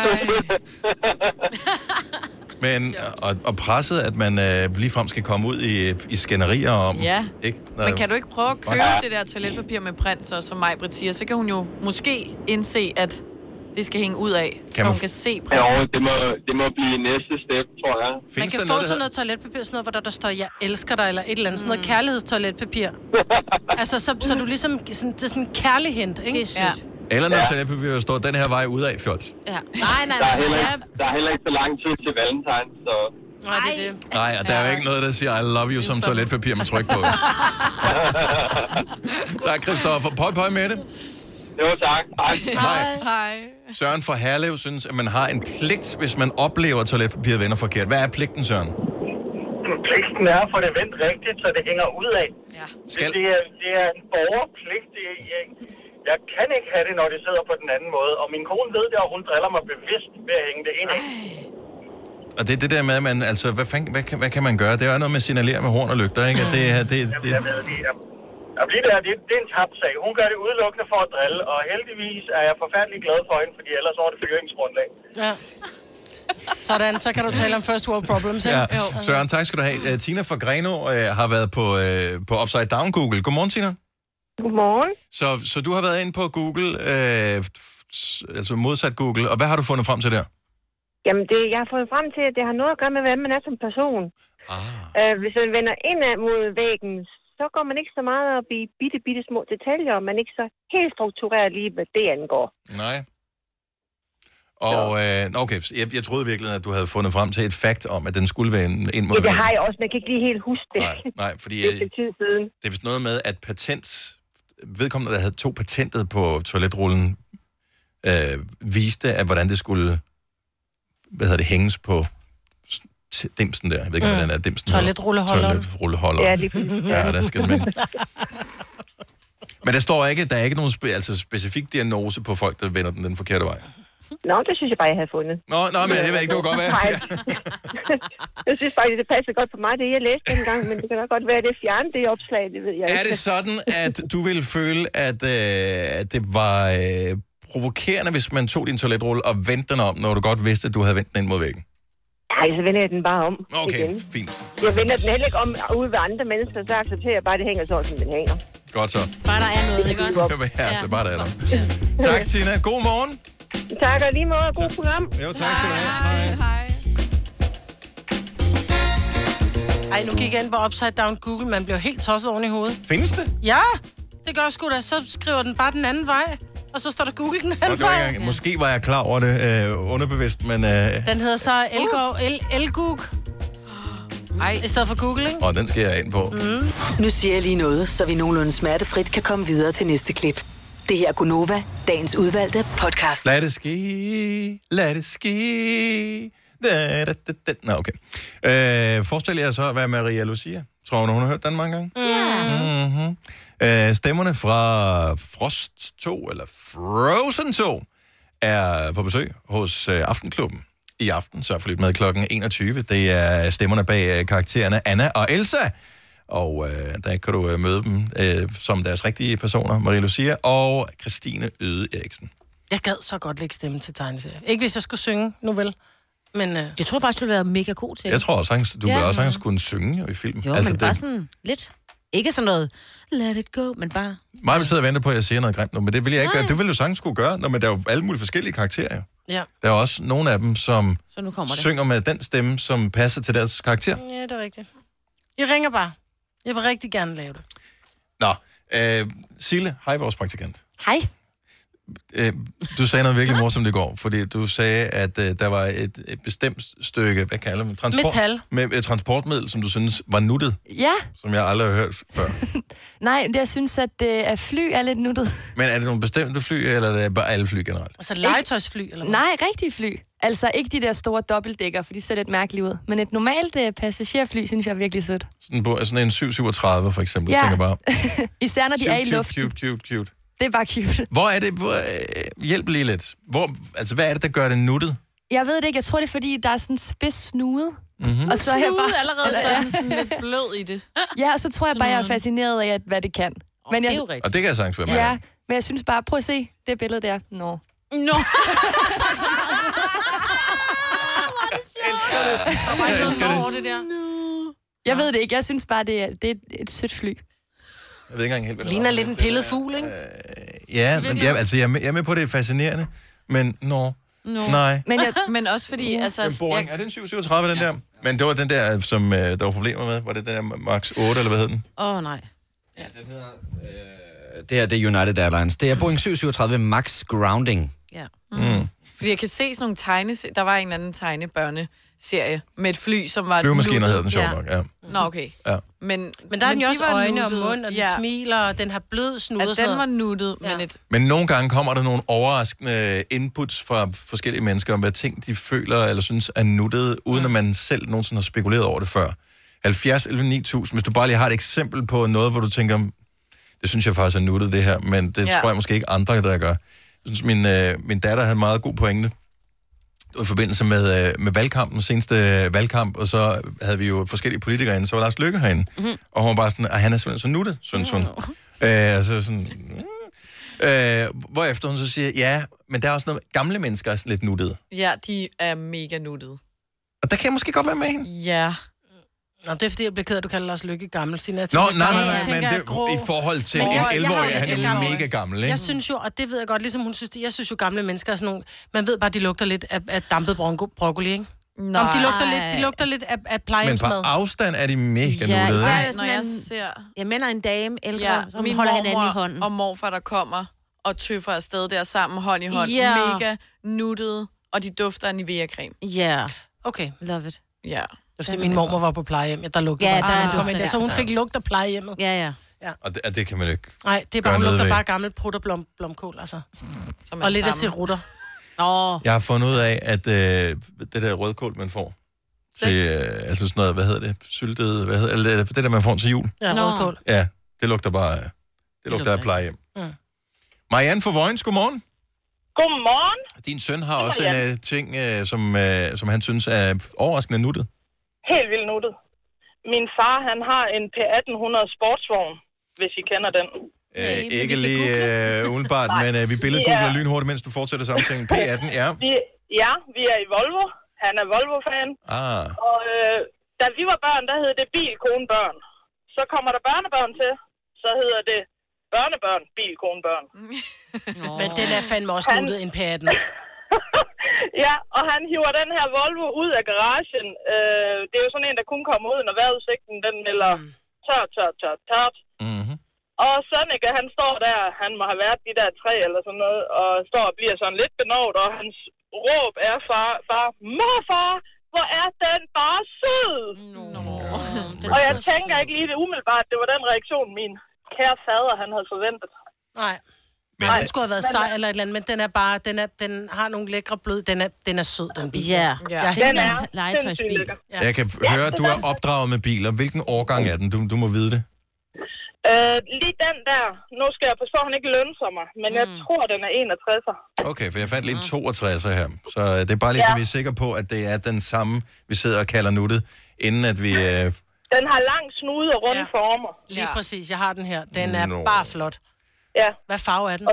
S1: Men, og, og presset, at man øh, ligefrem skal komme ud i, i skænderier om...
S5: Ja.
S1: Ikke?
S5: Men kan du ikke prøve at købe
S1: Ja.
S5: det der toiletpapir med print, så, som Majbrit siger, så kan hun jo måske indse, at det skal hænge ud af, kan så hun kan se print.
S14: Ja, og det må, det må blive næste step, tror jeg.
S3: Man kan få sådan noget toiletpapir, sådan noget, hvor der, der står, jeg elsker dig, eller et eller andet, sådan noget kærlighedstoiletpapir. altså, så, så du ligesom, sådan, det er sådan en kærlig hint, ikke? Det er sødt.
S1: Eller når
S14: Ja.
S1: toiletpapir står den her vej ud af, fjols.
S3: Ja. Nej, nej,
S14: Der er
S3: nej.
S14: heller
S3: nej.
S14: ikke, der er heller ikke så lang tid til valentine, så...
S3: Nej, det er det.
S1: Nej, og der er jo ikke noget, der siger, I love you, som toiletpapir med tryk på. tak, Christoffer. Pøj, pøj med det.
S14: Jo, tak.
S1: Hej.
S5: Hej.
S1: Søren fra Herlev synes, at man har en pligt, hvis man oplever, at toiletpapiret vender forkert. Hvad er pligten, Søren?
S12: Pligten er at få det vendt rigtigt, så det hænger ud af. Ja.
S1: Skal-
S12: Det, er, det er en borgerpligt. Det er, jeg,
S15: Jeg kan ikke have det, når de sidder på den anden måde. Og min kone ved det, og hun driller mig bevidst ved at hænge det ind.
S1: Og det er det der med, at man, altså, hvad, fanden, hvad, kan, hvad kan man gøre? Det er jo noget med at signalere med horn og lygter, ikke? At det, her, det,
S15: Jamen,
S1: det,
S15: jeg ved det. Jamen, Jamen, lige der, det, det er en tabt sag. Hun gør det udelukkende for at drille, og heldigvis er jeg forfærdelig glad for hende, fordi ellers var det fyringsgrundlag.
S3: Ja. Sådan, så kan du tale om first world problems, ikke?
S1: ja.
S3: Jo.
S1: Søren, tak skal du have. Øh, Tina fra Greno øh, har været på, øh, på Upside Down Google. Godmorgen, Tina.
S12: Godmorgen.
S1: Så, så du har været inde på Google, øh, f- altså modsat Google, og hvad har du fundet frem til der?
S12: Jamen, det, jeg har fået frem til, at det har noget at gøre med, hvordan man er som person. Ah. Øh, hvis man vender indad mod væggen, så går man ikke så meget op i bitte, bitte små detaljer, og man er ikke så helt struktureret lige, hvad det angår.
S1: Nej. Og øh, nå, okay, så jeg, jeg troede virkelig, at du havde fundet frem til et fakt om, at den skulle være ind ind mod...
S12: Ja, det har jeg også, men jeg kan ikke lige helt huske det.
S1: Nej, nej, fordi
S12: Det
S1: øh,
S12: er lidt tid siden.
S1: det er vist noget med, at patent... Vedkommende, der havde to patentet på toiletrullen, øh, viste, at hvordan det skulle... Hvad hedder det? Hænges på s- t- dimsen der. Jeg ved ikke, mm.
S3: Mm.
S1: hvordan er dimsen?
S3: Toiletrulleholderen.
S1: Toiletrulleholderen.
S12: Ja, lige præcis.
S1: Ja, der skal man. Men der står ikke, der er ikke nogen spe, altså specifik diagnose på folk, der vender den den forkerte vej.
S12: Nå, det synes jeg bare, jeg havde fundet.
S1: Nå, nå, men det ved jeg ikke, det kunne godt være.
S12: Nej. jeg synes faktisk, det passer godt på mig, det jeg læste dengang, men det kan nok godt være, at det fjernede det opslag, det ved jeg
S1: Er
S12: ikke.
S1: det sådan, at du ville føle, at, øh, at det var øh, provokerende, hvis man tog din toiletrulle og vendte den om, når du godt vidste, at du havde vendt den ind mod væggen?
S12: Nej, så vender jeg den bare om
S1: Okay,
S12: igen.
S1: fint.
S12: Jeg vender den heller ikke om ude ved andre mennesker, så accepterer jeg bare, at det hænger sådan, som den hænger.
S1: Godt så.
S12: Bare der er noget, ikke også?
S1: Ja, det er bare det, er der. Tak, Tina. God morgen.
S12: Tak og lige måde. God program.
S1: Jo, tak skal du have. Hej.
S3: Ej, nu gik jeg ind på Upside Down Google. Man bliver helt tosset oven i hovedet.
S1: Findes det?
S3: Ja, det gør sgu da. Så skriver den bare den anden vej, og så står der Google den
S1: Nå,
S3: anden
S1: det var ikke
S3: vej.
S1: engang, måske var jeg klar over det øh, underbevidst, men... Øh,
S3: Den hedder så Elgård, El, Elgug. Ej. I stedet for Google, ikke?
S1: og den skal jeg ind på.
S7: Mm. Nu siger jeg lige noget, så vi nogenlunde smertefrit kan komme videre til næste klip. Det her er Gunova, dagens udvalgte podcast.
S1: Lad det ske, lad det ske. Da, da, da, da. Nå, okay. Øh, forestil jer så, hvad Maria Lucia. Tror hun, hun har hørt den mange gange? Ja. Mm-hmm. Øh, stemmerne fra Frost 2, eller Frozen 2, er på besøg hos øh, Aftenklubben i aften. Sørg for lidt med klokken 21. Det er stemmerne bag øh, karaktererne Anna og Elsa. Og øh, der kan du øh, møde dem øh, som deres rigtige personer, Maria Lucia og Christine Yde Eriksen.
S3: Jeg gad så godt lægge stemme til tegneserier. Ikke hvis jeg skulle synge, nu vel. Men, øh...
S4: Jeg tror faktisk, du ville være mega god til
S1: Jeg tror også, sagtens-
S4: Ja,
S1: du ja, vil
S4: men-
S1: også sagtens kunne synge jo i film.
S4: Jo, altså, men bare sådan lidt. Ikke sådan noget, let it go, men bare...
S1: Mig vil sidde og vente på, at jeg siger noget grimt nu, men det vil jeg ikke gøre. Det vil du sagtens kunne gøre, når, men der er jo alle mulige forskellige karakterer. jo.
S3: Ja.
S1: Der er også nogle af dem, som
S4: Så nu kommer det.
S1: synger med den stemme, som passer til deres karakter.
S3: Ja, det er rigtigt. Jeg ringer bare. Jeg vil rigtig gerne lave det.
S1: Nå, øh, Sille, hej vores praktikant.
S4: Hej.
S1: Øh, du sagde noget virkelig morsomt i går, fordi du sagde, at øh, der var et, et bestemt stykke, hvad kalder man
S16: Metal.
S1: Med, med transportmiddel, som du synes var nuttet,
S16: Ja,
S1: som jeg aldrig har hørt før.
S16: nej, jeg synes, at, øh, at fly er lidt nuttet.
S1: Men er det nogle bestemte fly, eller er det bare alle fly generelt?
S3: Altså legetøjsfly, eller hvad?
S16: Nej, rigtige fly. Altså ikke de der store dobbeltdækker, for de ser lidt mærkelige ud. Men et normalt øh, passagerfly, synes jeg er virkelig sødt.
S1: Sådan, på, sådan en 737 for eksempel,
S16: Ja.
S1: ja. tænker bare,
S16: Især når de er i
S1: cute,
S16: luften.
S1: cute, cute, cute.
S16: Det er bare cute.
S1: Hvor er det, hvor, øh, hjælp lige lidt. Hvor, altså, hvad er det, der gør det nuttet?
S16: Jeg ved det ikke. Jeg tror, det er, fordi der er sådan en spids snude.
S1: Mhm.
S16: Og så er jeg
S5: Snude
S16: bare...
S5: allerede
S16: Eller-
S5: sådan, sådan lidt blød i det.
S16: Ja, og så tror jeg bare, jeg er fascineret af, at, hvad det kan. Men jeg,
S1: Og det kan jeg sagtens være med.
S16: Ja, men jeg synes bare, prøv at se det billede der. Nå. No. Nå.
S1: elsker det.
S3: Der var ikke noget lov over det der.
S16: Jeg ved det ikke. Jeg synes bare, det er, det er et sødt fly.
S1: Jeg ved ikke engang helt, hvad det
S3: Ligner lidt en pillet fugl, ikke?
S1: er. Ja, men jeg, altså, jeg, er med, jeg er med på, at det er fascinerende, men nå, no. nej.
S5: Men, jeg, men også fordi... Altså,
S1: Den Boeing, er det en 737, den ja. der? Men det var den der, som øh, der var problemer med. Var det den der Max 8, eller hvad hed den?
S4: Åh, oh, nej.
S6: Det her, det er United Airlines. Det er Boeing 737 Max Grounding.
S4: Ja.
S1: Mm.
S5: Fordi jeg kan se sådan nogle tegne... Der var en eller anden tegnebørneserie med et fly, som var...
S1: Flyvemaskiner
S5: nuttet.
S1: hedder den, sjov nok, ja.
S5: Nå, okay.
S1: Ja.
S5: Men,
S3: Men der er den jo
S5: de
S3: også
S5: var
S3: øjne og
S5: nuttet.
S3: mund, og den smiler, og den har blød snude
S5: At
S3: og sådan
S5: den var
S3: noget.
S5: nuttet, ja. men et...
S1: Men nogle gange kommer der nogle overraskende inputs fra forskellige mennesker om, hvad ting de føler eller synes er nuttet, uden at man selv nogensinde har spekuleret over det før. 70 11 9000, hvis du bare lige har et eksempel på noget, hvor du tænker, Det synes jeg faktisk er nuttet, det her, men det
S17: Ja.
S1: ja. tror jeg måske ikke andre, der gør. Jeg synes, min, øh, min datter havde en meget god pointe Det var i forbindelse med, øh, med valgkampen, seneste øh, valgkamp, og så havde vi jo forskellige politikere inde, så var Lars Lykke herinde,
S17: Mhm.
S1: mm-hmm. og hun var bare sådan, at han er simpelthen så nuttet, synes hun. Mm. Øh, så sådan, mm. øh, hvorefter hun så siger, ja, men der er også noget, gamle mennesker er sådan lidt nuttede.
S5: Ja, de er mega nuttede.
S1: Og der kan jeg måske godt være med hende.
S5: Ja.
S3: Nå, det er fordi, jeg bliver ked af, at du kalder Lars Lykke gammel. Sina. Jeg
S1: Nå,
S3: tænker,
S1: nej, nej,
S3: gammel,
S1: nej,
S3: jeg
S1: men
S3: tænker,
S1: det-
S3: er grå.
S1: i forhold til
S3: Men
S1: en
S3: jeg- jeg har
S1: 11-årig,
S3: det
S1: han er
S3: lidt gammel.
S1: mega gammel, ikke?
S3: Jeg synes jo, og det ved jeg godt, ligesom hun synes det, jeg synes jo, gamle mennesker er sådan nogle, man ved bare, de lugter lidt af, af dampet bronco, broccoli, ikke? Nej. Om de lugter lidt, de lugter lidt af, af
S1: Men på
S3: plejehjemsmad.
S1: afstand er de mega
S4: Ja,
S1: nuttede,
S4: især
S1: ikke?
S4: hvis
S5: når
S4: man-
S5: jeg ser-
S4: Jeg mænder en dame, ældre,
S5: Ja,
S4: ja, som
S5: min
S4: holder
S5: mormor
S4: hinanden i hånden.
S5: og morfar, der kommer og tøffer afsted der sammen hånd i hånd.
S4: Ja.
S5: Mega nuttede, og de dufter af Nivea-creme.
S4: Ja.
S3: Okay.
S4: Love it.
S5: Ja.
S3: Jeg vil sige, min mormor var på plejehjem, ja, der lugtede
S4: Ja,
S3: bare,
S4: der er
S3: når
S4: en
S3: hun kom
S4: duft
S3: ind
S4: af
S3: der, så hun
S4: der.
S3: fik lugt af plejehjemmet.
S4: Ja, ja.
S3: ja.
S1: Og det, og det kan man jo ikke.
S3: Nej, det er
S1: Gør
S3: bare, hun
S1: noget
S3: lugter
S1: ved.
S3: bare gammelt prut og blom, blomkål, altså.
S5: Som
S3: er
S5: er
S3: og lidt af
S5: sammen.
S3: serutter. Åh.
S1: Jeg har fundet ud af, at øh, det der rødkål, man får til, øh, altså sådan noget, hvad hedder det, syltet, hvad hedder eller det, det der, man får til jul.
S3: Ja, Nå. rødkål.
S1: Ja, det lugter bare, øh, det, det lugter af plejehjem.
S3: Mm.
S1: Marianne fra Vojens, godmorgen.
S18: Godmorgen.
S1: Din søn har også en uh, ting, uh, som, uh, som han synes er overraskende nuttet.
S18: Helt vildt nuttet. Min far, han har en P1800 sportsvogn, hvis I kender den.
S1: Uh, ikke lige uh, udenbart, men uh, vi billedgoogler
S18: Ja.
S1: yeah. lynhurtigt, mens du fortsætter samtalen. P18, ja.
S18: Vi, ja, vi er i Volvo. Han er Volvo-fan.
S1: Ah.
S18: Og øh, da vi var børn, der hed det bil, kone, børn. Så kommer der børnebørn til, så hedder det børnebørn, bil, kone, børn.
S3: Men den er fandme også
S18: Han-
S3: nuttet en P18.
S18: Ja, og han hiver den her Volvo ud af garagen. Øh, det er jo sådan en, der kun kommer ud, når vejrudsigten den melder
S1: Mm.
S18: tør, tør, tør, tørt.
S1: Mhm.
S18: Mm-hmm. Og Sonneke, han står der, han må have været de der tre eller sådan noget, og står og bliver sådan lidt benovet, og hans råb er far, far, morfar, hvor er den bare sød! No. Og jeg tænker ikke lige det umiddelbart, det var den reaktion, min kære fader, han havde forventet.
S3: Nej.
S1: Men,
S3: Nej, den skulle have været sej eller et eller andet, men den er bare, den, er, den har nogle lækre blød, den er, den er sød, den bil.
S4: Ja. Den
S3: ja. helt
S4: er
S3: vildt.
S4: sindssygt legetøjsbil. lækker.
S3: Ja.
S1: Jeg kan
S3: Ja,
S1: høre, at du
S3: det
S1: er opdraget med biler. Hvilken årgang er den? Du, du må vide det.
S18: Øh, lige den der, nu skal jeg forstå, at han ikke lønser mig, men mm. jeg tror, den er 61'er.
S1: Okay, for jeg fandt lige en 62 her. Så øh, det er bare lige, så
S18: Mm. Ja.
S1: vi er sikre på, at det er den samme, vi sidder og kalder nuttet, inden at vi... Øh,
S18: Den har lang snude og runde ja. former.
S3: Lige præcis, jeg har den her. Den er
S1: Nå.
S3: bare flot.
S18: Ja.
S3: Hvad farve er den?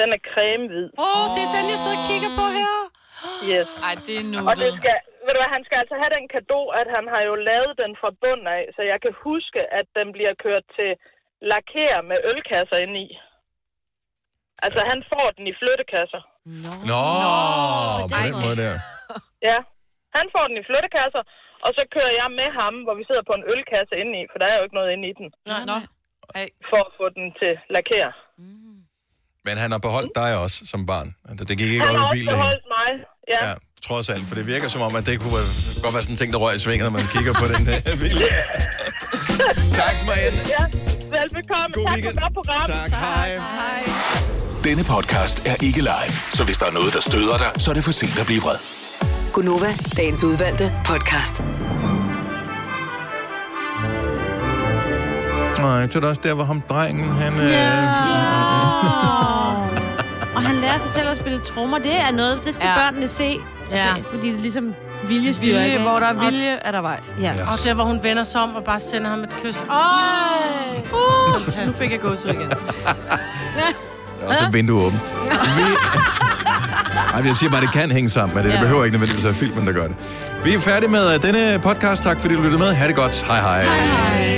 S18: Den er cremehvid.
S3: Åh, oh, det er den, jeg sidder og kigger på her.
S18: Yes.
S5: Ej, det er
S18: Og det
S5: nuttet.
S18: skal, ved du hvad, han skal altså have den kado, at han har jo lavet den fra bunden af, så jeg kan huske, at den bliver kørt til laker med ølkasser inde i. Altså, han får den i flyttekasser.
S1: nå, på den måde der.
S18: Ja, han får den i flyttekasser, og så kører jeg med ham, hvor vi sidder på en ølkasse inde i, for der er jo ikke noget inde i den.
S5: Nej, nej.
S18: For at få den til laker.
S1: Men han har beholdt dig også som barn. Altså, Det gik ikke
S18: Han
S1: op
S18: har
S1: i
S18: også
S1: bilen.
S18: beholdt mig. Ja.
S1: Ja, trods alt, for det virker som om, at det kunne være, godt være sådan en ting, der røg i svinget, når man kigger på den der bil. tak, Marianne.
S18: ja. Velbekomme. God tak for godt program.
S1: Tak. Hej.
S18: Hej.
S2: Denne podcast er ikke live, så hvis der er noget, der støder dig, så er det for sent at blive vred.
S7: Gunova, dagens udvalgte podcast.
S1: Nej, så er det også der, hvor ham drengen, han... Øh,
S4: Og han lærer sig selv at spille trommer. Det er noget, det skal ja. børnene se.
S3: Ja.
S4: Se, Fordi det er ligesom viljestyrke.
S3: Vilje, hvor der er
S5: vilje, er der vej.
S4: Ja.
S3: Og der, hvor hun vender sig om og bare sender ham et kys. Øj! Uh,
S5: nu fik jeg gået ud igen.
S1: Der er også et vindue åbent. Nej, jeg siger bare, det kan hænge sammen med det. Det behøver ikke nødvendigvis at være filmen, der gør det. Vi er færdige med øh, denne podcast. Tak fordi du lyttede med. Ha' det godt. Hej hej. hej, hej.